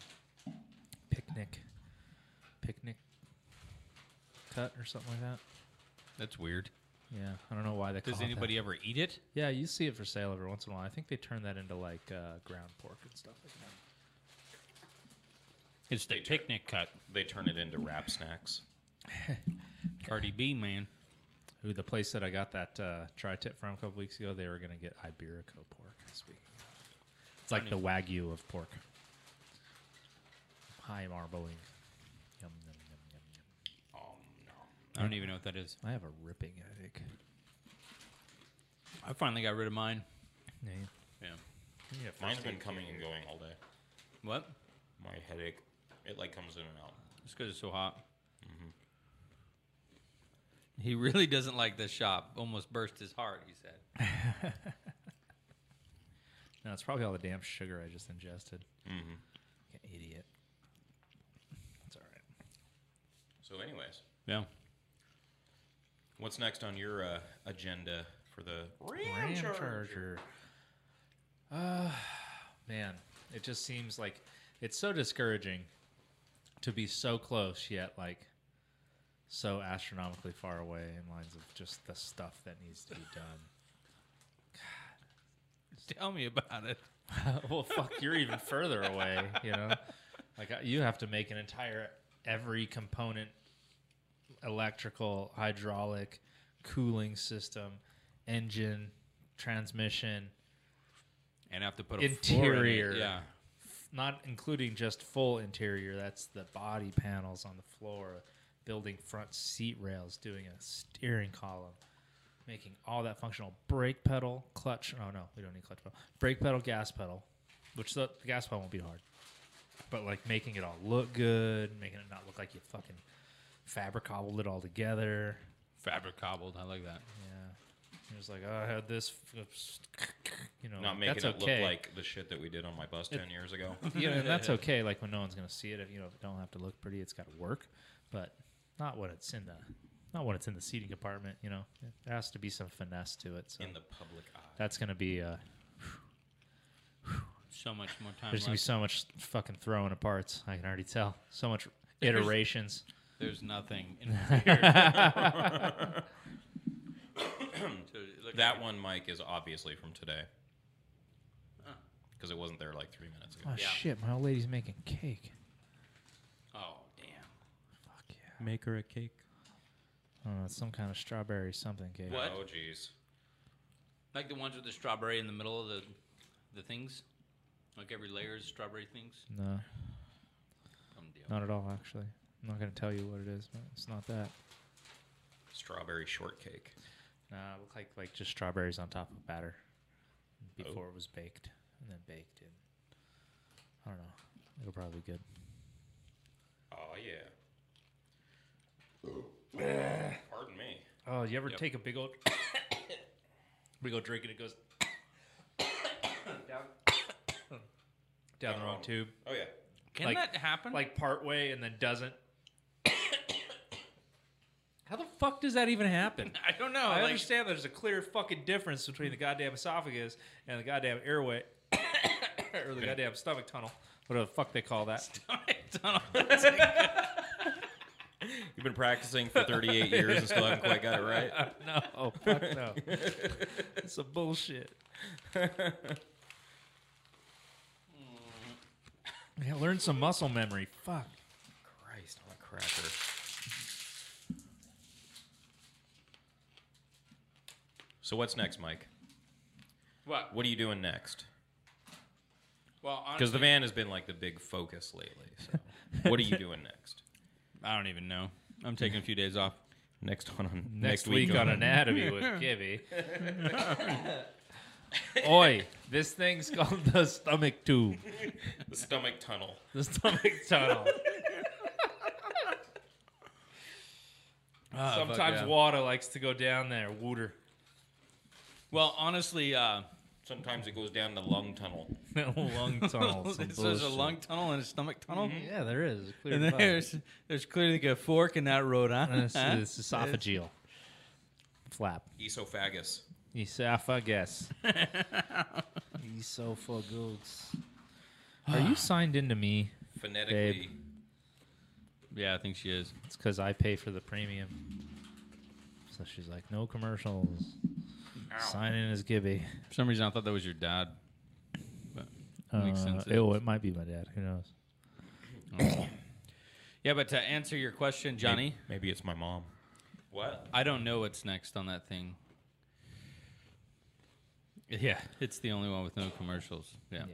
C: picnic, picnic cut or something like that.
A: that's weird.
C: Yeah, I don't know why they. call
A: Does
C: it that.
A: anybody ever eat it?
C: Yeah, you see it for sale every once in a while. I think they turn that into like uh, ground pork and stuff like that.
A: It's the picnic cut.
D: They turn it into wrap snacks.
A: Cardi B, man.
C: Who the place that I got that uh, tri-tip from a couple weeks ago? They were gonna get Iberico pork this week. It's like the wagyu of pork. High marbling. Yum yum yum yum yum.
D: Oh,
A: I don't even know what that is.
C: I have a ripping headache.
A: I finally got rid of mine.
C: Yeah.
A: Yeah.
C: Yeah.
D: Mine's been coming and going all day.
A: What?
D: My headache, it like comes in and out.
A: It's because it's so hot. Mm-hmm. He really doesn't like this shop. Almost burst his heart, he said.
C: No, it's probably all the damn sugar I just ingested.
D: Mm-hmm.
C: Like an idiot. It's all right.
D: So, anyways,
A: Yeah.
D: what's next on your uh, agenda for the
C: Ram charger. Uh, man, it just seems like it's so discouraging to be so close yet like so astronomically far away in lines of just the stuff that needs to be done.
A: Tell me about it.
C: well, fuck, you're even further away, you know. Like I- you have to make an entire every component electrical, hydraulic, cooling system, engine, transmission,
A: And have to put a Floor
C: Interior.
A: in it. Yeah.
C: not including just full interior. That's the body panels on the floor, building front seat rails, doing a steering column, making all that functional. Brake pedal, clutch. Oh no, we don't need clutch pedal. Brake pedal, gas pedal, which the, the gas pedal won't be hard, but like making it all look good, making it not look like you fucking fabric cobbled it all together.
A: Fabric cobbled. I like that.
C: Yeah, it was like oh, I had this, you know,
D: Not
C: like,
D: making
C: that's
D: it
C: okay
D: look like the shit that we did on my bus 10 years ago.
C: you know, and that's okay. Like when no one's gonna see it, if you know, if it don't have to look pretty, it's got to work. But not when it's in the, not when it's in the seating compartment. You know, there has to be some finesse to it. So
D: In the public eye.
C: that's gonna be. Uh,
A: So much more time.
C: there's
A: There's,
C: gonna be
A: left.
C: so much fucking throwing of parts. I can already tell. So much iterations.
A: there's nothing in here. So it looked
D: That
A: like-
D: one, Mike, is obviously from today. Because it wasn't there like three minutes ago.
C: Oh shit! My old lady's making cake.
A: Oh damn.
C: Fuck yeah!
D: Make her a cake.
C: I don't know. It's some kind of strawberry something cake.
A: What?
D: Oh, jeez.
A: Like the ones with the strawberry in the middle of the the things? Like every layer is strawberry things?
C: No,
A: Some deal.
C: not at all. Actually, I'm not gonna tell you what it is, but it's not that.
D: Strawberry shortcake.
C: No, it looked Uh, like like just strawberries on top of batter before it was baked and then baked and I don't know. It'll probably be good.
D: Oh, yeah. Pardon me.
C: Oh, you ever
D: Yep.
C: take a big old big old drink and it goes down down the wrong
D: Down.
C: tube,
D: Oh, yeah.
A: Can
C: like-
A: that happen?
C: like part way and then doesn't. How the fuck does that even happen?
A: I don't know.
C: I
A: like,
C: understand there's a clear fucking difference between the goddamn esophagus and the goddamn airway or the goddamn stomach tunnel. Whatever the fuck they call that.
D: You've been practicing for 38 years and still haven't quite got it right.
C: no, Oh, fuck no. It's a bullshit. Yeah, learn some muscle memory. Fuck.
D: Christ, on a cracker. So what's next, Mike?
A: what?
D: What are you doing next?
A: Well,
D: Because
A: honestly,
D: the van has been like the big focus lately. So what are you doing next?
A: I don't even know. I'm taking a few days off.
D: Next one on
C: Next, week, on anatomy with Gibby. Oi, this thing's called the stomach tube.
D: the stomach tunnel.
C: The stomach tunnel. Sometimes
A: Ah, yeah.
C: water likes to go down there. Water.
A: Well, honestly, uh,
D: Sometimes it goes down the lung tunnel.
C: lung tunnel. Mm-hmm.
A: so there's a lung tunnel and a stomach tunnel.
C: Yeah, there is. a Clear
A: Mm-hmm. And
C: cut.
A: there's there's clearly a fork in that road, huh?
C: And It's,
A: Huh?
C: it's esophageal flap.
D: Esophagus.
C: Esophagus. Esophagus. Ah. Are you signed into me?
D: Phonetically.
A: Yeah, I think she is.
C: It's because I pay for the premium. So she's like, no commercials. Sign in as Gibby.
A: For some reason, I thought that was your dad. But makes
C: Uh,
A: sense.
C: Oh, it might be my dad. Who knows?
A: yeah, but to answer your question, Johnny,
D: Maybe, maybe it's my mom. What?
A: I don't know what's next on that thing. Yeah, it's the only one with no commercials. Yeah.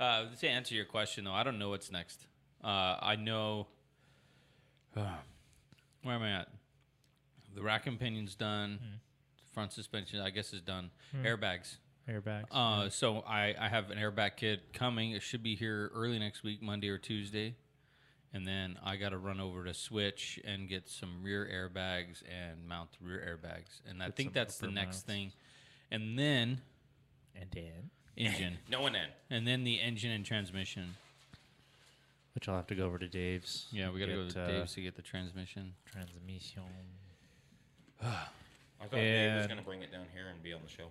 A: Uh, to answer your question, though, I don't know what's next. Uh, I know. uh, where am I at? The rack and pinion's done.
C: Hmm.
A: Front suspension, I guess, is done. Airbags.
C: Airbags.
A: Uh, so I, I have an airbag kit coming. It should be here early next week, Monday or Tuesday. And then I got to run over to Switch and get some rear airbags and mount the rear airbags. And I
C: Get
A: think
C: some
A: that's the
C: upper
A: next
C: mounts.
A: thing. And then
C: and Dan.
A: engine,
D: No one in.
A: and then the engine and transmission.
C: Which I'll have to go over to Dave's.
A: Yeah, we got to go
C: Get,
A: to
C: uh,
A: Dave's to get the transmission.
C: Transmission.
D: I thought Dave was
C: And-
D: gonna bring it down here and be on the show.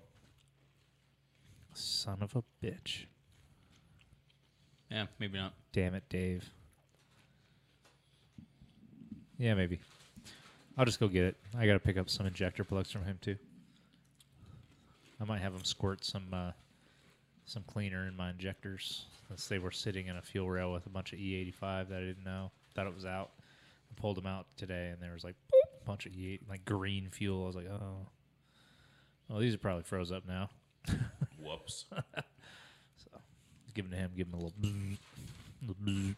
C: Son of a bitch.
A: Yeah, maybe not.
C: Damn it, Dave. Yeah, maybe. I'll just go get it. I gotta pick up some injector plugs from him too. I might have him squirt some uh, some cleaner in my injectors since they were sitting in a fuel rail with a bunch of E85 that I didn't know thought it was out. I pulled them out today and there was like a bunch of E8 like green fuel. I was like, oh, well these are probably froze up now.
D: Whoops.
C: Give them to him. Give him a little, little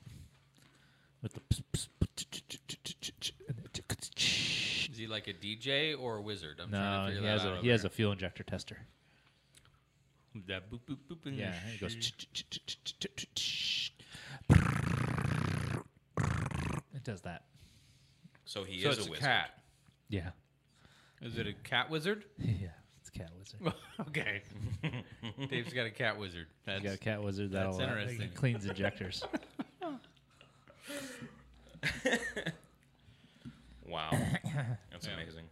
C: with the.
A: Is he like a DJ or a wizard? I'm trying
C: No,
A: to
C: he
A: figure
C: has
A: that
C: a
A: out.
C: he has a fuel injector tester.
A: over there. that boop boop boop. and
C: Yeah, and it goes.
A: sh-
C: It does that.
D: So he
A: So
D: is
A: it's
D: a
A: a
D: wizard.
A: cat.
C: Yeah,
A: Is it a cat wizard?
C: yeah. It's a cat wizard.
A: okay. Dave's got a cat wizard. That's
C: You got a cat wizard that'll
A: that's
C: uh,
A: interesting.
C: cleans injectors.
D: Wow. That's amazing.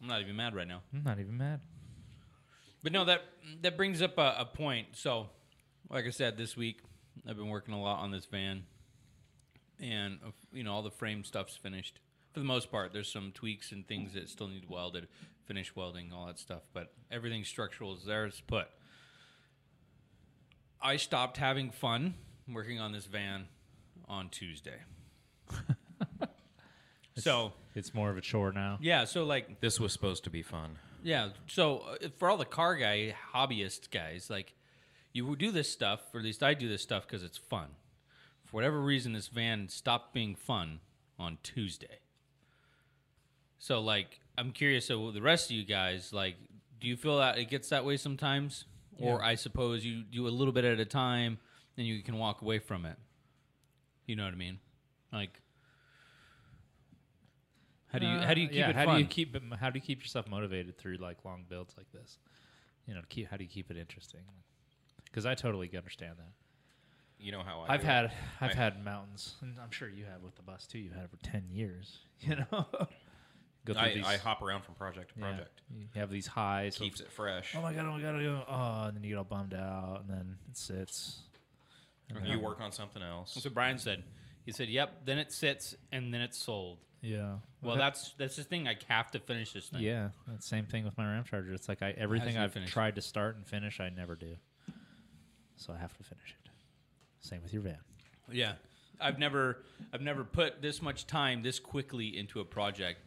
A: I'm not even mad right now.
C: I'm not even mad.
A: But no, that that brings up a, a point. So, like I said, this week I've been working a lot on this van, and uh, you know all the frame stuff's finished for the most part. There's some tweaks and things that still need welded, finish welding, all that stuff. But everything structural is there. It's put. I stopped having fun working on this van on Tuesday. so
C: It's more of a chore now.
A: yeah, so like
D: This was supposed to be fun.
A: yeah. So uh, for all the car guy hobbyist guys, like you would do this stuff, or at least I do this stuff because it's fun. For whatever reason, this van stopped being fun on Tuesday. So like, I'm curious. So the rest of you guys, like, do you feel that it gets that way sometimes, or I suppose you do a little bit at a time, and you can walk away from it. You know what I mean? Like, how do you how do you
C: Uh,
A: keep
C: yeah,
A: it
C: how
A: fun?
C: do you keep it, how do you keep yourself motivated through like long builds like this you know keep how do you keep it interesting because i totally understand that
D: You know how I
C: i've
D: do it.
C: had i've
D: I-
C: had mountains and i'm sure you have with the bus too you had it for 10 years you know go through
D: I,
C: these-
D: I hop around from project to
C: yeah,
D: project.
C: you have these highs of,
D: Keeps it fresh.
C: oh my god oh my god oh, my God, oh and then you get all bummed out and then it sits and
D: You
C: then-
D: work on something else.
A: That's what Brian said. He said, "Yep." Then it sits, and then it's sold.
C: yeah
A: Well, that's that's the thing. I have to finish this thing.
C: Uh-huh. yeah that same thing with my ram charger it's like I, everything
A: Hasn't
C: i've
A: finished.
C: tried to start and finish i never do so i have to finish it same with your van
A: yeah. I've never I've never put this much time this quickly into a project,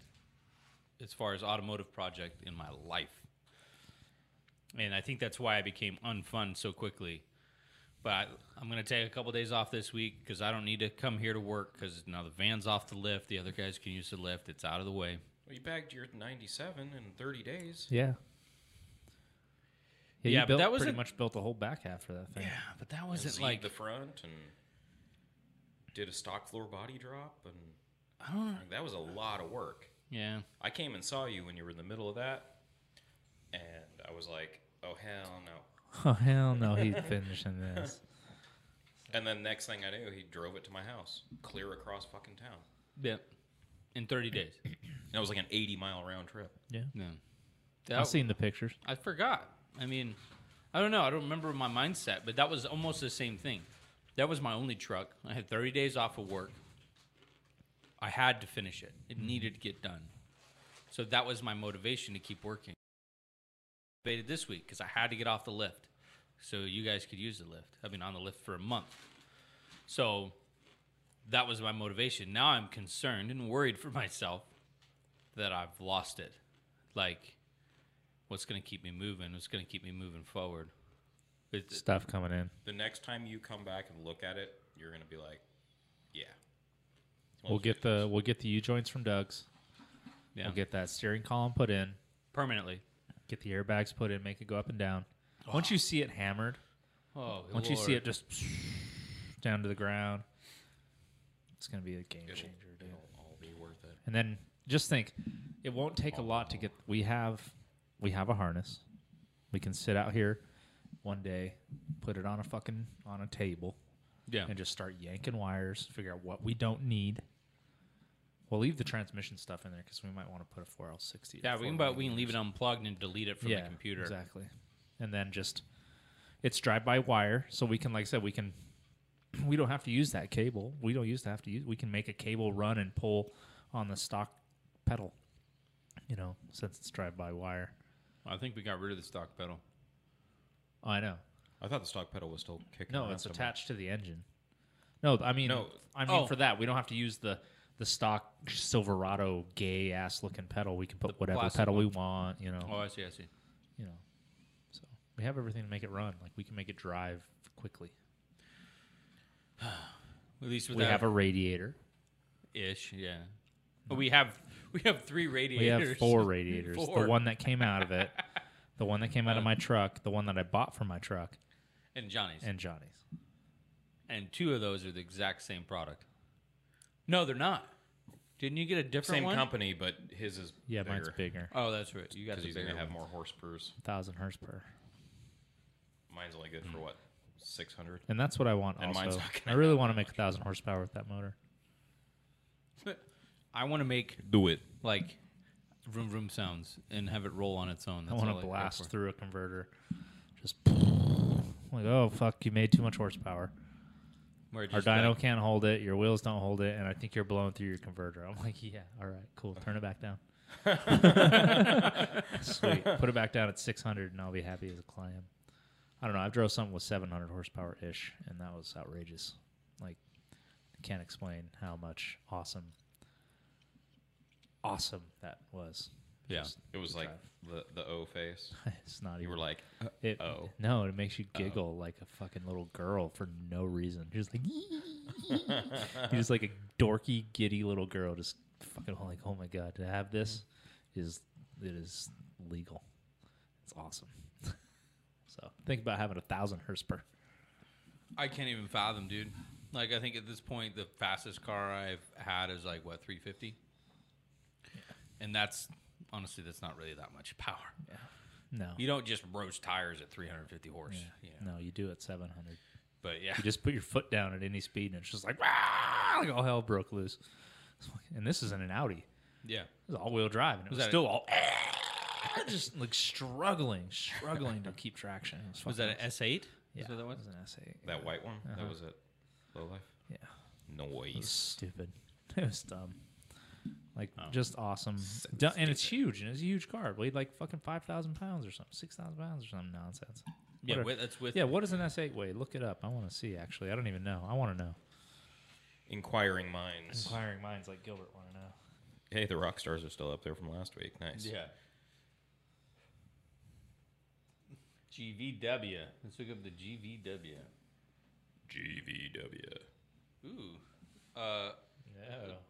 A: as far as automotive project in my life. And I think that's why I became unfun so quickly. But I, I'm going to take a couple days off this week because I don't need to come here to work because now the van's off the lift. The other guys can use the lift. It's out of the way.
D: Well, you bagged your 97 in 30 days.
C: yeah yeah,
A: Yeah,
C: you
A: but
C: built,
A: that
C: pretty
A: wasn't-
C: much built the whole back half for that thing
A: Yeah, but that
D: And
A: wasn't
D: Z'd
A: like
D: the front and did a stock floor body drop and
A: I don't know.
D: like, that was a lot of work.
A: Yeah.
D: I came and saw you when you were in the middle of that, and I was like, "Oh hell no!"
C: oh hell no he's finishing this
D: And then next thing I knew, he drove it to my house, clear across fucking town.
A: Yep. In 30 days.
D: And it was like an 80 mile round trip.
C: yeah
A: No.
C: i've seen the pictures
A: I forgot. I mean, I don't know. I don't remember my mindset, but that was almost the same thing. That was my only truck. I had 30 days off of work. I had to finish it. It
C: Mm-hmm.
A: needed to get done. So that was my motivation to keep working. Debated this week because I had to get off the lift, so you guys could use the lift. I've been on the lift for a month, so that was my motivation. Now I'm concerned and worried for myself that I've lost it. Like, what's going to keep me moving? What's going to keep me moving forward? It's,
C: stuff coming in
D: The next time you come back and look at it, you're gonna be like, "Yeah."
C: we'll get the we'll get the u-joints from doug's
A: yeah,
C: we'll get that steering column put in
A: permanently.
C: get the airbags put in make it go up and down once you see it hammered
A: Oh,
C: Once you see
A: Ah. Lord.
C: it just down to the ground, it's going to be a game
D: It'll,
C: changer. Dude.
D: it'll all be worth it.
C: And then just think, it won't take a lot to get. We have, we have a harness. We can sit out here. one day, put it on a fucking on a table,
A: Yeah.
C: and just start yanking wires. Figure out what we don't need. We'll leave the transmission stuff in there because we might want to put a 4L60. or
A: Yeah, we can,
C: 4L
A: but we can leave it unplugged and delete it from the computer.
C: Exactly. And then just it's drive by wire, so we can like I said, we can we don't have to use that cable. We don't used to have to use we can make a cable run and pull on the stock pedal. You know, since it's drive by wire.
F: I think we got rid of the stock pedal.
C: I know.
D: I thought the stock pedal was still kicking.
C: No,
D: around
C: it's
D: somewhere.
C: attached to the engine. No, I mean
D: No.
C: I mean
A: Oh.
C: for that. We don't have to use the the stock Silverado gay ass looking pedal. We can put whatever
A: plastic
C: pedal we want, you know.
A: Oh, I see. I see.
C: you know. So we have everything to make it run. Like we can make it drive quickly.
A: At least with
C: we
A: that
C: have a radiator.
A: ish. Yeah. But we have we have three
C: We
A: radiators.
C: have four radiators.
A: Four.
C: The one that came out of it, the one that came out of my truck, the one that I bought from my truck,
A: and Johnny's, and,
C: and Johnny's.
A: two of those are the exact same product. No, they're not. Didn't you get a different
D: same
A: one?
D: company, but his is
C: Yeah,
D: bigger,
C: mine's bigger.
A: Oh, that's right. You got
D: because
A: the
D: he's gonna
A: bigger
D: have
A: one.
D: more horsepower.
C: Thousand hertz per.
D: Mine's only good
C: Hmm.
D: for what six hundred.
C: And that's what I want
D: And
C: also.
D: mine's not
C: I
D: gonna
C: really want to make a thousand horsepower with that motor.
A: I want to make
F: Do it.
A: like vroom vroom sounds and have it roll on its own.
C: I
A: That's
C: want to
A: all go
C: blast
A: for.
C: through a converter. Just like, oh fuck, you made too much horsepower.
A: Where it
C: Our
A: just,
C: dyno
A: like-
C: can't hold it, your wheels don't hold it, and I think you're blowing through your converter. I'm like, yeah, all right, cool. Turn it back down. Sweet. Put it back down at 600, and I'll be happy as a clam. I don't know. I drove something with 700 horsepower ish, and that was outrageous. Like, I can't explain how much awesome, awesome that was.
A: yeah.
D: It was like the the O face.
C: it's not
D: You
C: even
D: were like,
C: it,
D: oh.
C: no, it makes you giggle like a fucking little girl for no reason. You're just like, you're just like a dorky, giddy little girl, just fucking like, oh my god, to have this is it is legal. It's awesome. so think about having a thousand hertz per.
A: I can't even fathom, dude. Like I think at this point the fastest car I've had is like what 350. And that's honestly that's not really that much power.
C: No,
A: You don't just roast tires at 350 horse, you know.
C: no, you do at seven hundred.
A: But yeah.
C: You just put your foot down at any speed, and it's just like, "Wah!" like all hell broke loose. And this isn't an Audi.
A: Yeah.
C: It was all wheel drive, and it was,
A: that a-
C: still all just like struggling, struggling to keep traction. It
A: Was
C: fucking
A: that an S8?
C: Yeah,
A: Is that what that was?
C: it was an essay.
D: that white one. That was it. Low life.
C: Uh-huh. Yeah, it was
D: Noise.
C: stupid. It was dumb. Like
A: Oh.
C: just awesome, Du- and it's huge, and it's a huge car. It weighed like fucking five thousand pounds or something, six thousand pounds or some nonsense.
A: Yeah,
C: What a-
A: with, that's with
C: yeah, what does an S8 weigh? Look it up. I want to see. Actually, I don't even know. I want to know.
D: Inquiring minds.
C: Inquiring minds like Gilbert want to know.
D: hey, the rock stars are still up there from last week. Nice.
A: Yeah. GVW. Let's look up the GVW.
D: GVW.
A: Ooh. Uh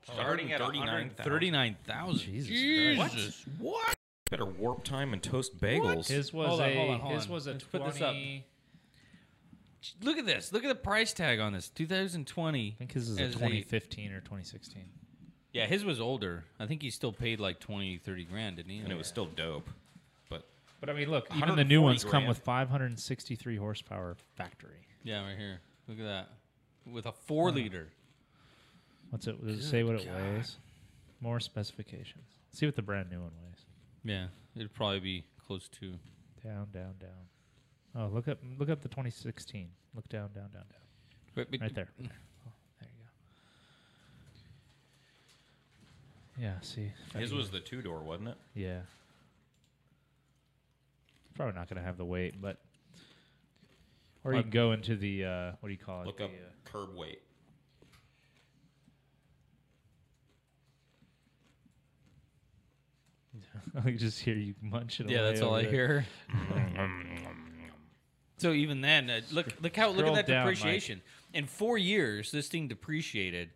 D: Starting at 139.
A: 39,000.
C: Jesus
A: Jesus. What?
D: Better warp time and toast bagels.
C: His was
A: Hold on,
C: a
A: hold on, hold
C: his
A: on.
C: was a
A: Let's put
C: twenty.
A: this up. Look at this. Look at the price tag on this. 2020.
C: I think his is a 2015 or 2016.
A: yeah, his was older. I think he still paid like 20, 30 grand, didn't he?
D: and it was still dope. But
C: But I mean, look, even the new
D: 140
C: ones come
D: grand.
C: with 563 horsepower factory.
A: Yeah, right here. Look at that. With a four liter.
C: What's it? Does it say what it
A: God.
C: weighs? More specifications. see what the brand new one weighs.
A: Yeah, it'd probably be close to.
C: Down, down, down. Oh, look up, look up the 2016. Look down, down, down, down.
A: But- but-
C: Right there. Right there. Oh, there you go. Yeah. See. if I
D: his
C: can-
D: was the two door, wasn't it?
C: Yeah. Probably not going to have the weight, but. Or you can go into the uh, what do you call it?
D: Look
C: the,
D: up
C: uh,
D: curb weight.
C: I just hear you munching.
A: Yeah,
C: away
A: that's all
C: over
A: I
C: there.
A: hear. so even then, uh, look look how look
C: Scroll
A: at that
C: down, Mike.
A: depreciation. In four years, this thing depreciated.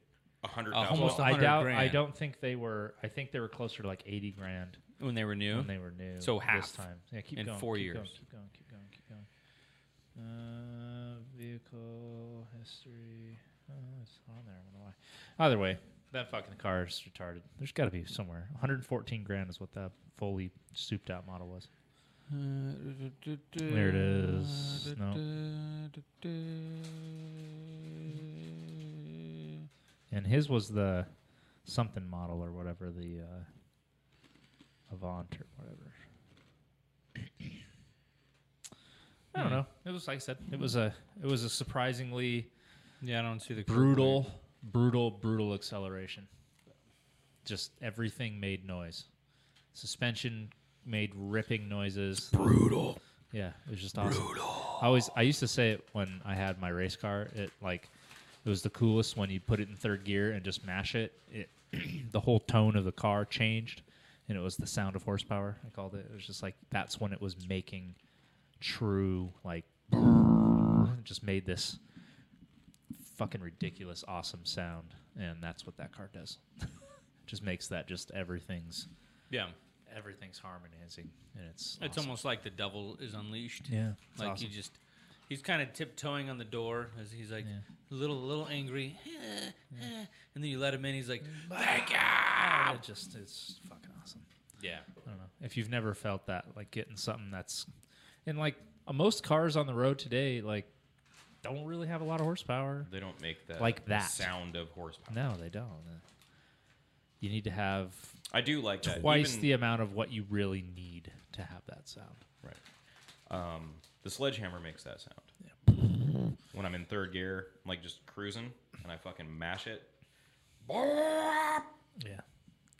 D: A hundred
A: Uh,
D: thousand.
A: almost
C: I
A: 100
C: doubt. I
A: grand.
C: don't think they were. I think they were closer to like eighty grand
A: When they were new,
C: when they were new.
A: So half
C: this time. Yeah, keep
A: in
C: going.
A: four
C: keep Going,
A: years.
C: keep going. Keep going. Keep going. Uh, vehicle history. Oh, it's not on there. I don't know why. Either way, that fucking car is retarded. There's got to be somewhere. One hundred fourteen grand is what that fully souped out model was.
A: There
C: it is. No. And his was the something model or whatever the uh, Avant or whatever. I don't know. It was like I said. It was a it was a surprisingly
A: Yeah, I don't see the curve
C: brutal, brutal, brutal acceleration. Just everything made noise. Suspension made ripping noises. Brutal. Yeah, it was just awesome. Brutal. I always I used to say it when I had my race car. It like it was the coolest when you put it in third gear and just mash it. It the whole tone of the car changed, and it was the sound of horsepower. I called it. It was just like that's when it was making true like it just made this fucking ridiculous, awesome sound, and that's what that car does. just makes that just everything's
A: Yeah,
C: everything's harmonizing, and it's
A: it's
C: awesome.
A: almost like the devil is unleashed.
C: yeah, it's
A: like
C: awesome.
A: you just he's kind of tiptoeing on the door as he's like a little a little angry and then you let him in he's like
C: Ah, it just it's fucking awesome.
A: yeah
C: I don't know if you've never felt that like getting something that's and like uh, most cars on the road today like don't really have a lot of horsepower.
D: They don't make that
C: Like that.
D: sound of horsepower.
C: No, they don't. Uh, You need to have
D: I do like that.
C: twice
D: Even-
C: the amount of what you really need to have that sound.
D: Right. Um, the sledgehammer makes that sound. When I'm in third gear, I'm like just cruising, and I fucking mash it.
C: Yeah.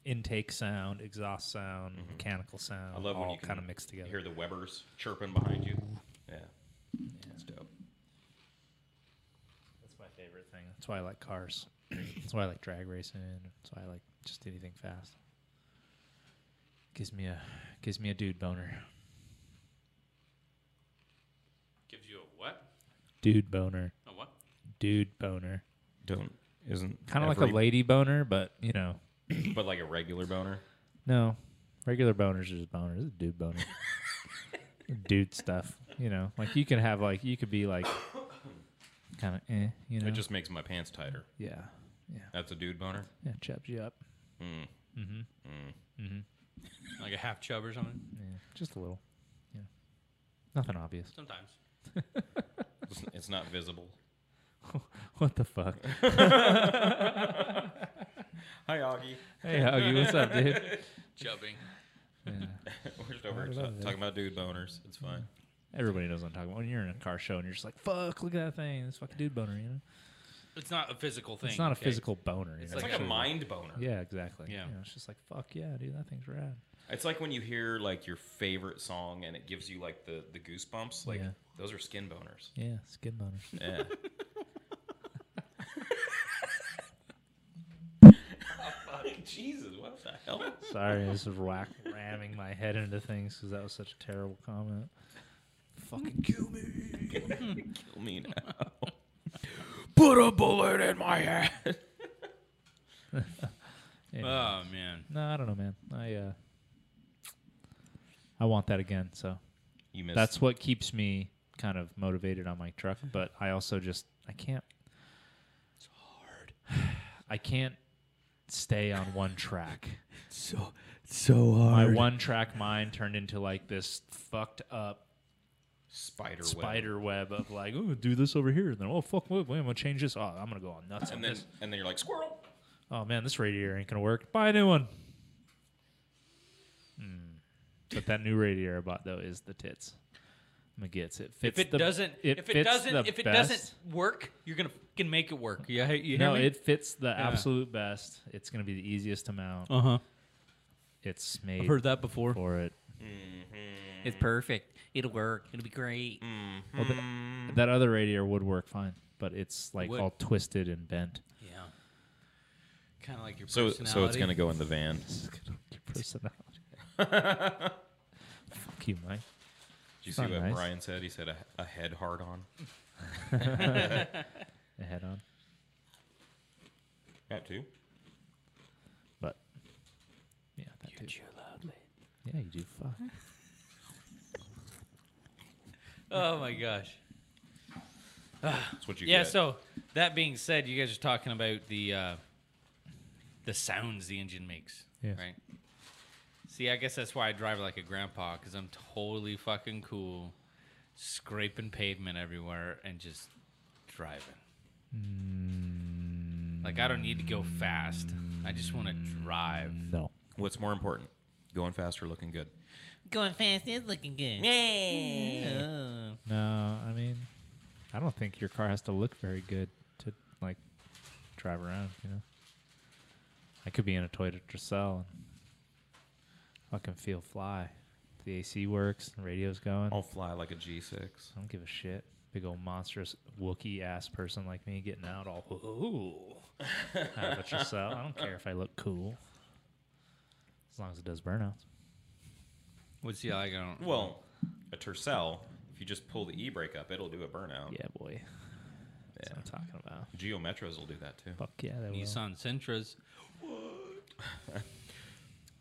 C: Intake sound, exhaust sound, mechanical sound.
D: Mm-hmm. I love
C: all
D: when you
C: kind of
D: can
C: mixed together.
D: Hear the Webers chirping behind you. Yeah, that's dope.
C: That's my favorite thing. That's why I like cars. That's why I like drag racing. That's why I like just anything fast. Gives me a gives me a dude boner.
A: gives you a what
C: Dude boner.
A: a what
C: Dude boner.
D: Don't isn't
C: Kind of like a lady boner, but you know,
D: late, but like a regular boner.
C: no. Regular boners are just boners. This is dude boner. dude stuff. You know, like you can have like you could be like kind of eh. You know,
D: It just makes my pants tighter.
C: yeah, yeah.
D: That's a dude boner.
C: Yeah, chaps you up.
D: Mm.
C: Mm-hmm.
A: like a half chub or something
C: Yeah, just a little. Yeah, nothing obvious.
A: sometimes
D: It's, it's not visible.
C: What the fuck?
D: Hi, Augie.
C: hey, Huggy, what's up, dude?
A: chubbing
C: Yeah.
D: We're just over here
C: love
D: talking about dude boners. It's fine.
C: Everybody knows what I'm talking about. When you're in a car show and you're just like, "Fuck, look at that thing! This fucking dude boner," you know.
A: it's not a physical thing
C: It's not a
A: okay?
C: physical boner. you know,
D: It's like a
C: actually.
D: mind boner.
C: Yeah, exactly.
A: Yeah.
C: You know, it's just like, "Fuck yeah, dude, that thing's rad."
D: It's like when you hear like your favorite song and it gives you like the the goosebumps. Like
C: Yeah.
D: those are skin boners.
C: Yeah, skin boner.
D: Yeah. Jesus, what the hell?
C: Sorry, this is whack ramming my head into things because that was such a terrible comment. Fucking kill me.
D: Kill me now. Put a bullet in my head.
C: Anyway.
A: oh man
C: no, I don't know, man. I uh, I want that again. So
D: You missed.
C: that's what keeps me kind of motivated on my truck but i also just i can't it's hard i can't stay on one track
A: so so hard
C: my one track mind turned into like this fucked up
D: spider,
C: spider web of like oh do this over here and then oh fuck wait, wait, i'm gonna change this oh i'm gonna go on
D: Web.
C: nuts on
D: And then
C: this
D: and then you're like squirrel.
C: oh man this radiator ain't gonna work buy a new one Mm. but that new radiator i bought though is the tits I'm gonna get it.
A: if
C: fits
A: it
C: the-
A: doesn't if it
C: fits
A: doesn't
C: the
A: if it
C: best.
A: doesn't work you're gonna fucking make it work yeah you, hear
C: No,
A: me?
C: it fits the absolute best. It's going to be the easiest to mount.
A: uh-huh
C: It's made
A: i've heard that before
C: for it.
E: It's perfect. It'll work. It'll be great.
D: Mm.
C: Well, th-
D: Hmm.
C: that other radiator would work fine, but it's like
A: Hmm. would.
C: all twisted and bent.
A: yeah kind of like your
D: So so it's
A: personality.
D: gonna go in the van.
C: It's gonna be your personality. Fuck you, Mike.
D: Did you
C: It's
D: see
C: not
D: what
C: nice.
D: Brian said? He said a, a head hard on.
C: A head on.
D: That too.
C: But yeah, that you chew loudly. Yeah, you do. Fuck.
A: oh my gosh
D: That's what you
A: yeah
D: get.
A: so that being said you guys are talking about the uh the sounds the engine makes
C: Yes.
A: right See, I guess that's why I drive like a grandpa because I'm totally fucking cool, scraping pavement everywhere and just driving. Like I don't need to go fast. I just want to drive.
C: No.
D: What's more important? Going fast or looking good?
E: Going fast is looking good. Yeah.
C: No, I mean, I don't think your car has to look very good to like drive around. You know, I could be in a Toyota Tercel and fucking feel fly. The AC works, the radio's going.
D: I'll fly like a G6.
C: I don't give a shit. Big old monstrous Wookie ass person like me getting out all ooh. out of a Tercel. I don't care if I look cool, as long as it does burnouts.
A: What's the like? I don't.
D: Well, a Tercel, if you just pull the e brake up, it'll do a burnout.
A: Um,
C: Yeah, boy. That's what I'm talking about.
D: Geo Metros will do that too.
C: Fuck yeah, that will.
A: Nissan Sentras.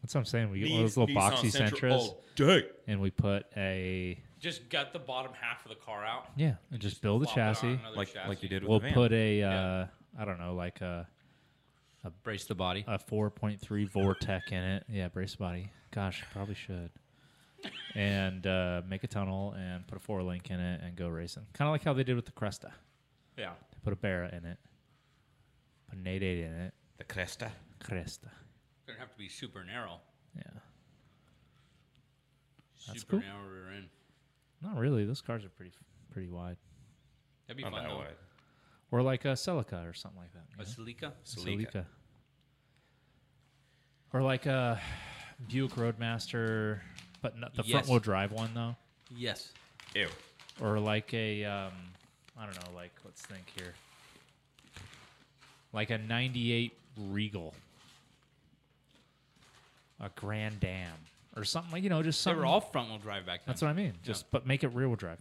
C: That's what I'm saying. We get one of those little
D: Nissan
C: boxy
D: Sentra Oh,
C: Sentras.
D: all day.
C: and we put a
A: Just got the bottom half of the car out.
C: yeah and just build a
A: Flop it on
C: chassis
A: another
D: Like,
A: chassis.
D: like you did with
C: we'll
D: the van.
C: put a uh, i don't know like a,
A: brace the body.
C: a 4.3 vortec in it yeah brace body gosh probably should and uh, make a tunnel and put a four link in it and go racing kind of like how they did with the cresta
A: Yeah.
C: they put a barra in it put an 8.8 in it
D: the Cresta.
C: cresta
A: Gonna have to be super narrow.
C: yeah That's
A: super
C: cool.
A: narrow rear end.
C: not really those cars are pretty pretty wide
A: That'd be
D: Not
A: fun
D: that
A: though.
D: wide.
C: or like a celica or something like that you
A: A
C: know?
A: Celica.
D: Celica.
C: Celica. Or like a Buick Roadmaster, but not the
A: Yes.
C: front wheel drive one though.
A: Yes.
D: Ew.
C: Or like a, um, I don't know, like let's think here, like a '98 Regal, a Grand Dam, or something like you know, just
A: They
C: something.
A: were all front wheel drive back then.
C: That's what I mean. Just but make it rear wheel drive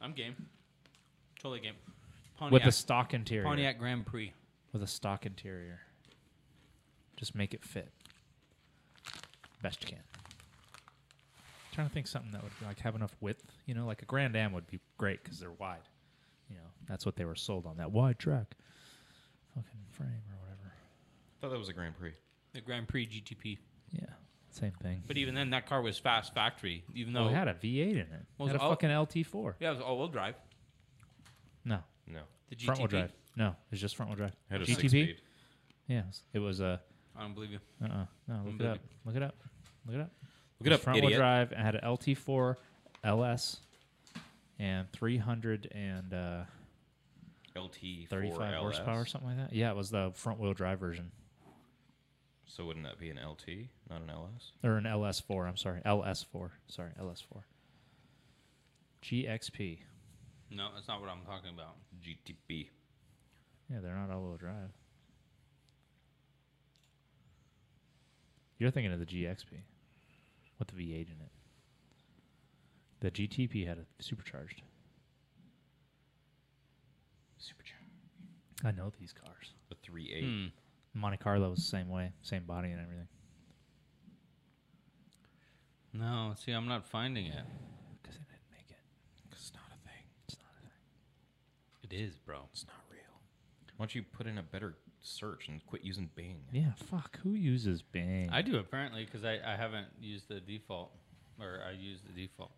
A: I'm game. Totally game.
C: with
A: Pontiac,
C: a stock interior.
A: Pontiac Grand Prix.
C: with a stock interior. Just make it fit. Best you can. trying to think something that would like have enough width, you know, like a Grand Am would be great because they're wide. You know, that's what they were sold on that wide track, fucking frame or whatever.
D: thought that was a Grand Prix.
A: The Grand Prix GTP.
C: Yeah, same thing.
A: But even then, that car was fast factory. Even though
C: Well, it had a V8 in it.
A: Was
C: had
A: it
C: a
A: all-
C: fucking LT4.
A: yeah, it was all wheel drive.
C: No,
D: No.
A: The GTP.
C: front wheel drive. No, it's just front wheel drive.
D: Had a
C: GTP.
D: six speed.
C: Yes, it was a.
A: I don't believe you.
C: Uh, uh no, look it up. Look it up. Look it up.
D: Look it up,
C: Front
D: idiot.
C: wheel drive. It had an LT4 LS and 300 and uh,
D: LT
C: 35
D: 4LS.
C: horsepower, or something like that. Yeah, it was the front wheel drive version
D: So wouldn't that be an LT, not an LS?
C: or an LS4. I'm sorry, LS4. Sorry, LS4. GXP.
A: No, that's not what I'm talking about.
D: GTP.
C: Yeah, they're not all wheel drive. You're thinking of the GXP with the V8 in it. The GTP had a supercharged.
D: Supercharged.
C: I know these cars.
D: The three eight.
A: Hmm.
C: Monte Carlo was the same way, same body and everything.
A: No, see, I'm not finding it.
C: Because they didn't make it.
D: It's not a thing.
C: It's not a thing.
A: It is, bro.
D: It's not real. Why don't you put in a better search and quit using Bing?
C: Yeah, fuck. Who uses Bing?
A: I do apparently because I, I haven't used the default, or I used the default.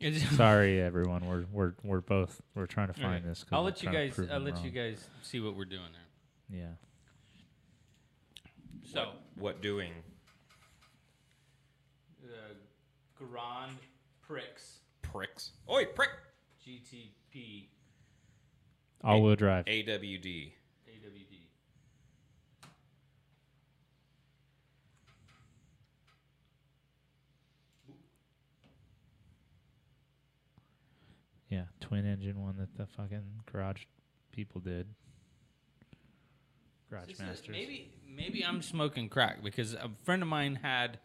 A: It's-
C: Sorry, everyone. We're we're we're both we're trying to find
A: Alright.
C: this. 'cause
A: I'll
C: we're
A: let you
C: trying to
A: guys.
C: prove
A: I'll
C: them
A: let you
C: wrong.
A: guys see what we're doing there.
C: Yeah.
A: So,
D: What doing?
A: the Uh, Grand Prix
D: Pricks. Oi, prick!
A: GTP
C: All wheel drive.
D: AWD.
A: AWD.
C: Yeah, twin engine one that the fucking garage people did. Garage
A: This is-
C: masters.
A: Maybe maybe I'm smoking crack because a friend of mine had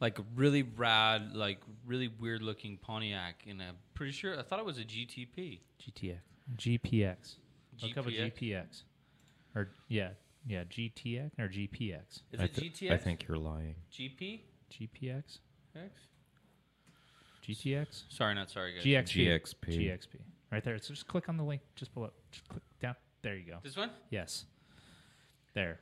A: like a really rad, like really weird looking Pontiac, and I'm pretty sure I thought it was a GTP.
C: GTX. GPX. Look up a
A: GPX?
C: GPX. Or yeah, yeah, GTX or GPX.
A: Is it GTX?
D: you're lying.
A: GP.
C: GPX.
A: X?
C: GTX.
A: Sorry, not sorry, guys.
C: GXP.
D: GXP.
C: GXP. Right there. So just click on the link just below. Just click down. There you go.
A: This one?
C: Yes. There.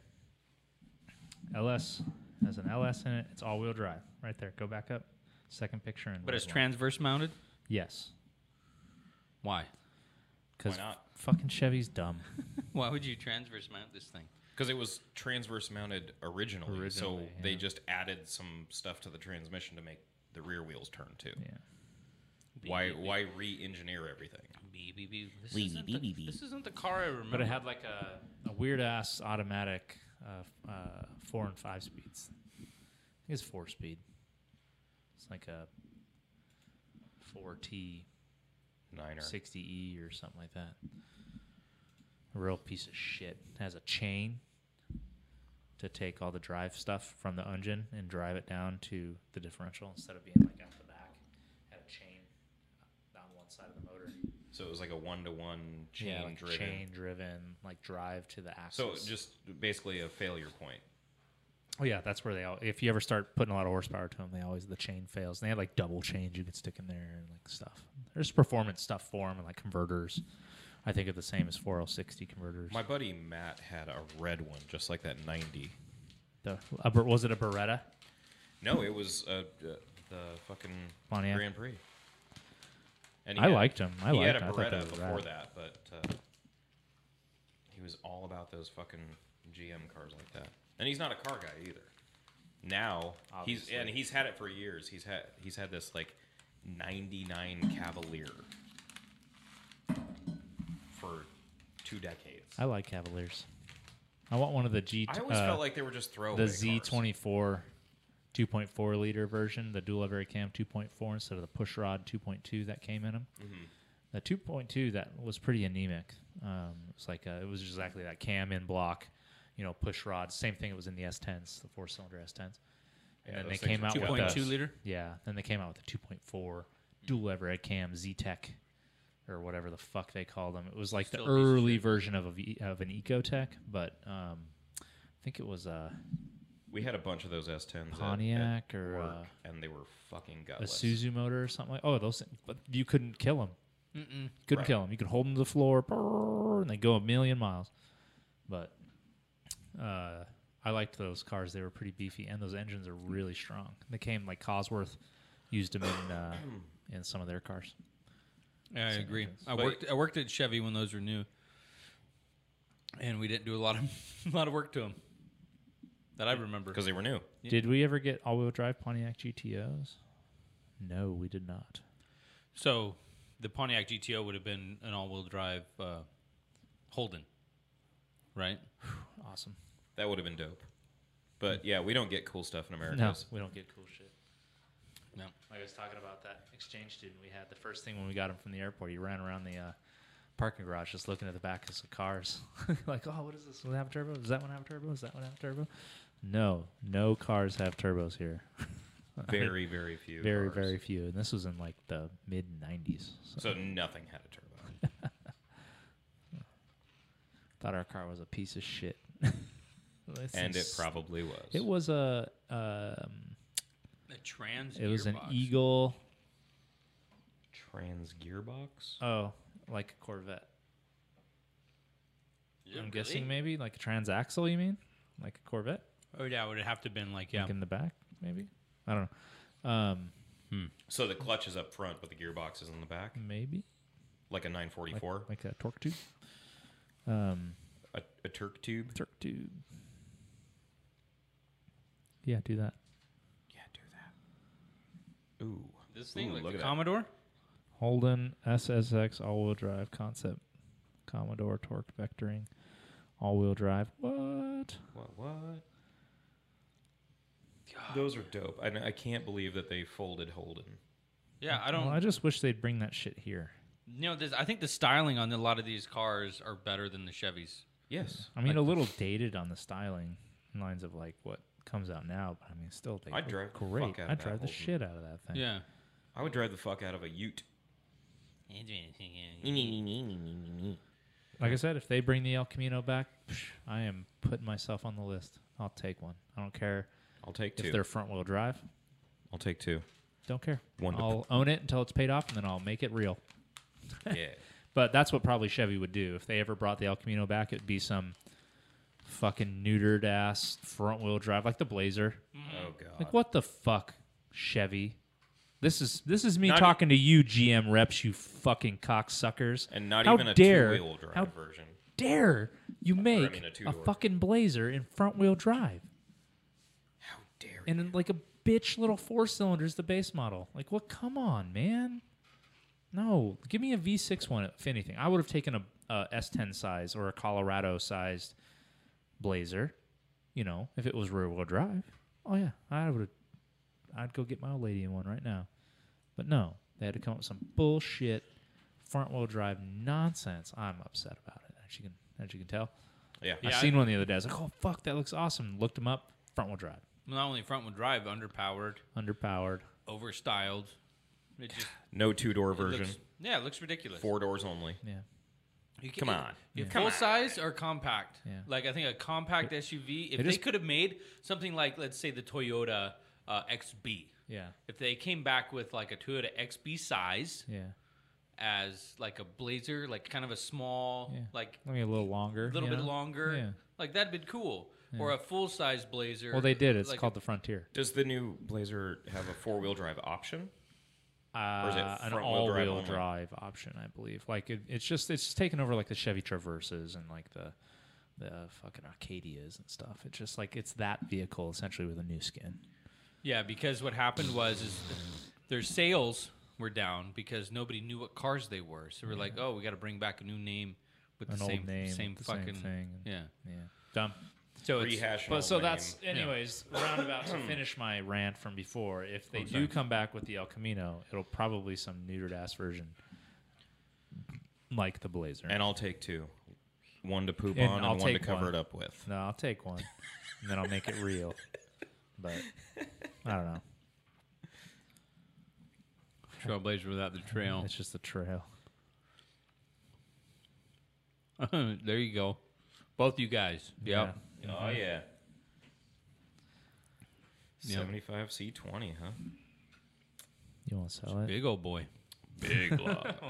C: LS has an LS in it. It's all wheel drive. Right there. Go back up. Second picture. And
A: But it's
C: trans.
A: transverse mounted.
C: Yes.
A: Why?
C: Because
D: Why not?
C: fucking Chevy's dumb.
A: Why would you transverse mount this thing?
D: Because it was transverse mounted originally, so
C: Originally,
D: they
C: yeah.
D: just added some stuff to the transmission to make the rear wheels turn too.
C: yeah.
D: Why why re-engineer everything?
A: Bee, bee, bee. This,
E: Bee,
A: isn't
E: bee,
A: the,
E: bee, bee.
A: this isn't the car I remember.
C: But it had like a, a weird ass automatic uh, f- uh, four and five speeds. I think it's four speed. It's like a 4T
D: Niner.
C: 60E E or something like that. A real piece of shit. It has a chain to take all the drive stuff from the engine and drive it down to the differential instead of being like out the back. Had a chain down one side of the motor.
D: So it was like a one to one chain
C: yeah, like
D: driven.
C: chain driven, like drive to the axis.
D: So just basically a failure point.
C: oh yeah, that's where they all. If you ever start putting a lot of horsepower to them, they always the chain fails. And they had like double chains you could stick in there and like stuff. There's performance stuff for them and like converters. I think of the same as 4060 converters.
D: My buddy Matt had a red one, just like that ninety.
C: The a, Ber- was it a Beretta?
D: No, it was uh, uh, the fucking
C: Pontiac.
D: Grand Prix. And
C: I liked him. I
D: he
C: liked
D: had a
C: him. I thought they
D: Beretta
C: were
D: before
C: rad.
D: that, but uh, he was all about those fucking GM cars like that. And he's not a car guy either. Now
C: Obviously.
D: he's and he's had it for years. He's had he's had this like '99 Cavalier for two decades.
C: I like Cavaliers. I want one of the G.
D: I always
C: uh,
D: felt like they were just throwaway.
C: the
D: cars.
C: Z24 2.4 liter version, the dual every cam 2.4 instead of the push rod 2.2 that came in them.
D: Mm-hmm.
C: The 2.2 that was pretty anemic. Um, it was like uh it was exactly that cam in block, you know, push rod. Same thing. It was in the S10s, the four cylinder S10s. And
D: Yeah,
C: then they
D: those things
C: came
D: are
C: out with
D: badass.
C: the-
A: 2.2 liter.
C: Yeah, then they came out with the 2.4 dual every cam Z Tech or whatever the fuck they call them. It was like
A: Still
C: the
A: a piece of
C: early version of a v, of an Ecotech, but um, I think it was a
D: We had a bunch of those S10s. at-
C: Pontiac
D: at
C: or,
D: work,
C: uh,
D: and they were fucking
C: a
D: gutless.
C: Suzu motor or something like. Oh, those, things, but you couldn't kill them.
A: Mm-mm.
C: Couldn't
D: Right.
C: kill them. You could hold them to the floor, brrr, and they go a million miles. But uh, I liked those cars. They were pretty beefy, and those engines are really strong. They came like Cosworth used them in uh, in some of their cars.
A: Yeah, I
C: Same
A: agree.
C: difference.
A: I
D: But-
A: worked. I worked at Chevy when those were new, and we didn't do a lot of a lot of work to them that I remember.
D: because they were new.
A: Yeah.
C: Did we ever get all-wheel drive Pontiac GTOs? No, we did not.
A: So, the Pontiac GTO would have been an all-wheel drive uh, Holden, right?
C: Awesome.
D: That would have been dope. But yeah, we don't get cool stuff in America.
C: No, we don't get cool shit.
A: No.
C: Like I was talking about that exchange student we had. The first thing when we got him from the airport, he ran around the uh, parking garage just looking at the back of some cars. like, oh, what is this? Does it have a turbo? Does that one have a turbo? Does that one have a turbo? No, no cars have turbos here.
D: Very, very few.
C: very,
D: cars.
C: very few. And this was in like the mid '90s. So,
D: So nothing had a turbo.
C: thought our car was a piece of shit. This
D: and it
C: is-
D: probably was.
C: it was a um,
A: A trans.
C: it was an
A: gearbox.
C: Eagle.
D: Trans gearbox?
C: Oh, like a Corvette.
A: Yeah,
C: I'm
A: really?
C: guessing maybe like a transaxle. You mean like a Corvette?
A: Oh yeah, it would have to have been like yeah.
C: Like in the back, maybe. I don't know. Um,
D: So the clutch is up front, but the gearbox is in the back?
C: maybe
D: Like a
C: like,
D: 944?
C: Mm. like a torque tube. Um,
D: a, a Turk tube?
C: torque tube. Yeah, do that.
D: Yeah, do that. Ooh.
A: This thing
D: Ooh,
A: like
D: look
A: the
D: at that.
A: Commodore.
C: Holden SSX all-wheel drive concept, Commodore torque vectoring, all-wheel drive. What?
D: What? What? Those are dope. I, I can't believe that they folded Holden.
A: Yeah, I don't.
C: Well, I just wish they'd bring that shit here.
A: you know, this, I think the styling on a lot of these cars are better than the Chevys.
D: Yes.
C: I mean, a little dated on the styling in lines of like what comes out now, but I mean, still, they
D: I'd
C: look
D: drive the fuck
C: great.
D: out of
C: I'd
D: that
C: drive the
D: Holden.
C: shit out of that thing.
A: Yeah.
D: I would drive the fuck out of a Ute.
C: Like I said, if they bring the El Camino back, psh, I am putting myself on the list. I'll take one. I don't care
D: I'll take
C: if
D: two.
C: they're front wheel drive.
D: I'll take two.
C: Don't care.
D: One to-
C: I'll own it until it's paid off, and then I'll make it real.
D: yeah.
C: But that's what probably Chevy would do if they ever brought the El Camino back. It'd be some fucking neutered ass front wheel drive like the Blazer.
D: Oh god.
C: Like what the fuck, Chevy? This is this is me
D: Not e-
C: talking to you, GM reps, you fucking cocksuckers.
D: And not
C: how
D: even a
C: dare,
D: two-wheel drive
C: How
D: version.
C: dare you make
D: mean, a
C: a,
D: two-door.
C: fucking Blazer in front wheel drive?
D: How dare
C: and then like a bitch little four cylinder is the base model. Like what? Come on, man. No, give me a V6 one if anything. I would have taken a, a S10 size or a Colorado sized Blazer. You know, if it was rear wheel drive. Oh yeah, I would. have I'd go get my old lady in one right now. But no, they had to come up with some bullshit front wheel drive nonsense. I'm upset about it. As you can, as you can tell,
D: Yeah.
A: Yeah.
C: I seen one the other day. I was like, oh fuck, that looks awesome. Looked them up. Front wheel drive,
A: Not only front wheel drive, underpowered,
C: underpowered.
A: overstyled. It just
D: No two-door
A: it looks-
D: version.
A: yeah, it looks ridiculous.
D: Four doors only.
C: Yeah.
A: You can-
D: Come on.
A: you- Full size or compact?
C: Yeah.
A: Like I think a compact SUV. If
C: it
A: they
C: is-
A: could have made something like, let's say, the Toyota uh, XB.
C: Yeah.
A: If they came back with like a Toyota XB size
C: Yeah.
A: as like a Blazer, like kind of a small,
C: Yeah.
A: like
C: I mean, a little longer.
A: a little
C: you
A: bit
C: know?
A: longer,
C: Yeah.
A: like that'd been cool. Or a full size Blazer.
C: Well, they did. It's
A: like a-
C: called the Frontier.
D: Does the new Blazer have a four-wheel drive option?
C: Uh,
D: is it
C: an
D: front-wheel drive
C: all-wheel
D: only?
C: drive option, I believe. Like it, it's just it's taken over like the Chevy Traverses and like the the fucking Arcadias and stuff. It's just like it's that vehicle essentially with a new skin.
A: Yeah, because what happened was is their sales were down because nobody knew what cars they were. So we're like, oh, we got to bring back a new name with
C: An
A: the
C: old
A: same
C: name
A: same
C: with the same
A: fucking
C: thing.
A: Yeah,
C: Yeah. Dumb. So it's-
D: Rehashing
C: but
D: old
C: so that's
D: name.
C: anyways roundabout to finish my rant from before. If they do come back with the El Camino, it'll probably some neutered ass version like the Blazer.
D: And I'll take two. One to poop
C: And
D: on
C: I'll
D: and one to
C: take
D: cover
C: one.
D: it up with.
C: No, I'll take one, and then I'll make it real. But I don't know.
F: Trailblazer without the trail.
A: Oh.
C: It's just the trail.
A: there you go. Both you guys. Yep.
D: Oh yeah.
A: Yep.
D: Seventy-five C twenty, huh?
C: You want to sell it?
A: Big old boy.
D: Big lot.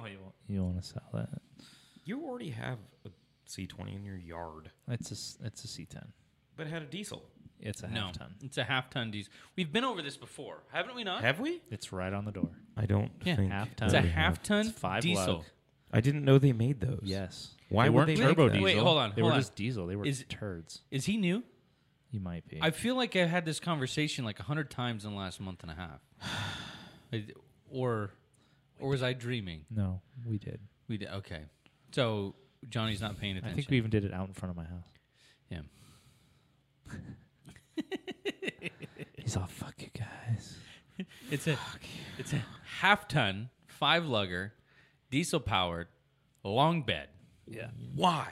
C: You want to sell it?
D: you already have a C twenty in your yard,
C: It's a s- it's a C10.
D: but it had a diesel.
C: It's a half
A: No,
C: ton.
A: it's a half ton diesel. We've been over this before, haven't we? Not.
D: Have we?
C: It's right on the door.
D: I don't
A: Yeah,
D: think
C: half
D: that
A: it's
C: ton.
A: a
D: we
A: half
D: have.
A: ton
C: It's five
A: diesel.
C: lug.
D: I didn't know they made those.
C: Yes.
D: Why
C: they
D: would
C: weren't
D: they make
C: turbo
D: that?
C: diesel?
A: Wait, hold on,
C: They
A: hold
C: were
A: on.
C: just diesel. They were
A: Is-
C: turds.
A: Is he new?
C: You might be.
A: I feel like I had this conversation like a hundred times in the last month and a half. I- or, or was I dreaming?
C: no, we did.
A: We did. Okay. So Johnny's not paying attention.
C: I think we even did it out in front of my house.
A: Yeah.
C: He's all fuck you guys.
A: It's a it's a half ton, five lugger, diesel powered, long bed.
D: Why?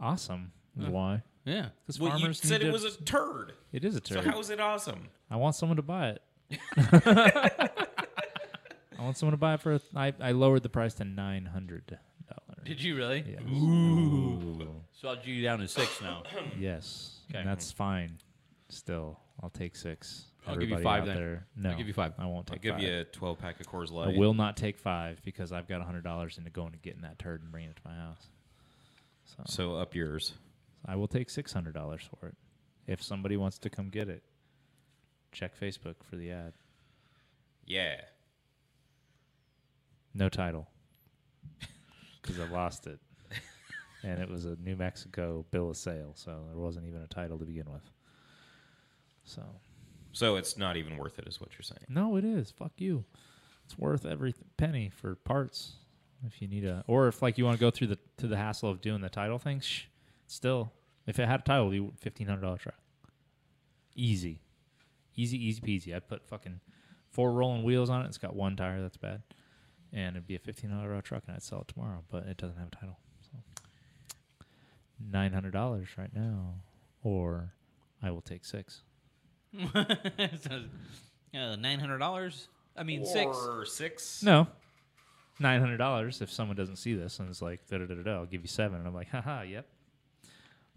C: Awesome. Why?
A: Yeah.
C: Because
D: Well, you
C: farmers
D: said it
C: need to-
D: was a turd.
C: It is a
D: So
C: turd.
D: how is it awesome?
C: I want someone to buy it. I want someone to buy it for. A I I lowered the price to nine hundred dollars.
A: Did you really?
C: Yes,
A: So I'll do you down to six now.
C: yes, And
A: Okay.
C: that's fine. Still, I'll take six.
A: I'll give you
C: Everybody
A: five
C: out
A: then.
C: There. No,
A: I'll give you five.
C: I won't
D: I'll
C: take.
D: give
C: five.
D: you a twelve pack of Coors
C: I
D: Light.
C: will not take five because I've got hundred dollars into going and getting that turd and bringing it to my house.
D: So up yours.
C: I will take six hundred dollars for it. If somebody wants to come get it, check Facebook for the ad.
D: Yeah.
C: No title. Because I lost it. and it was a New Mexico bill of sale, so there wasn't even a title to begin with. So,
D: So it's not even worth it, is what you're saying.
C: no, it is. Fuck you. It's worth every th- penny for parts. If you need a, or if like you want to go through the to the hassle of doing the title thing, shh, still, if it had a title, it'd be fifteen hundred dollar truck. Easy, easy, easy peasy. I put fucking four rolling wheels on it. It's got one tire. That's bad, and it'd be a fifteen hundred dollar truck, and I'd sell it tomorrow. But it doesn't have a title, so nine hundred dollars right now, or I will take six.
A: so, uh, Nine hundred dollars. I mean six.
D: Or six.
C: No. Nine hundred dollars if someone doesn't see this and it's like da da da da, da, I'll give you seven and I'm like, haha, yep.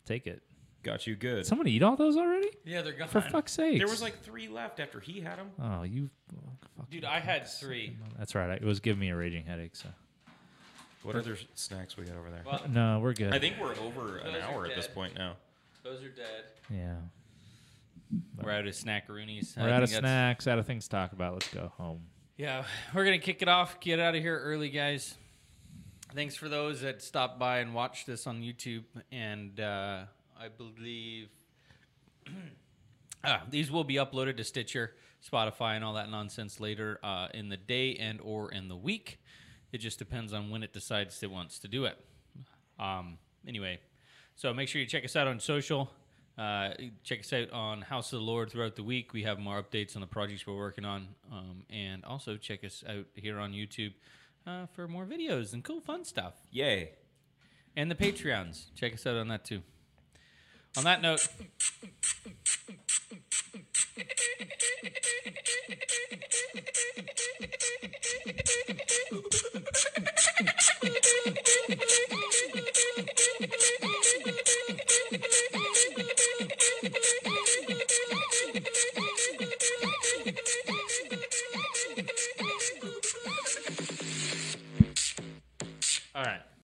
C: Take it.
D: Got you good.
C: Did someone eat all those already?
A: Yeah, they're gone.
C: For fuck's sake.
D: There was like three left after he had them.
C: Oh you oh, fuck.
A: Dude, I had three.
C: That's right. I- It was giving me a raging headache, so
D: What other s- snacks we got over there?
A: Well-
C: no, we're good.
D: I think we're over an
A: Those are
D: hour at this
A: dead.
D: point now.
A: Those are dead.
C: Yeah.
A: We're out of snackaroonies. I
C: We're out of
A: think that's-
C: snacks, out of things to talk about. Let's go home.
A: Yeah, we're gonna kick it off. Get out of here early, guys. Thanks for those that stopped by and watched this on YouTube. And uh, I believe ah, these will be uploaded to Stitcher, Spotify, and all that nonsense later uh, in the day and or in the week. It just depends on when it decides it wants to do it. Um, anyway, so make sure you check us out on social. Uh, check us out on House of the Lord throughout the week. We have more updates on the projects we're working on. Um, and also check us out here on YouTube uh, for more videos and cool, fun stuff.
D: Yay.
A: And the Patreons. Check us out on that too. On that note,
B: Thank you.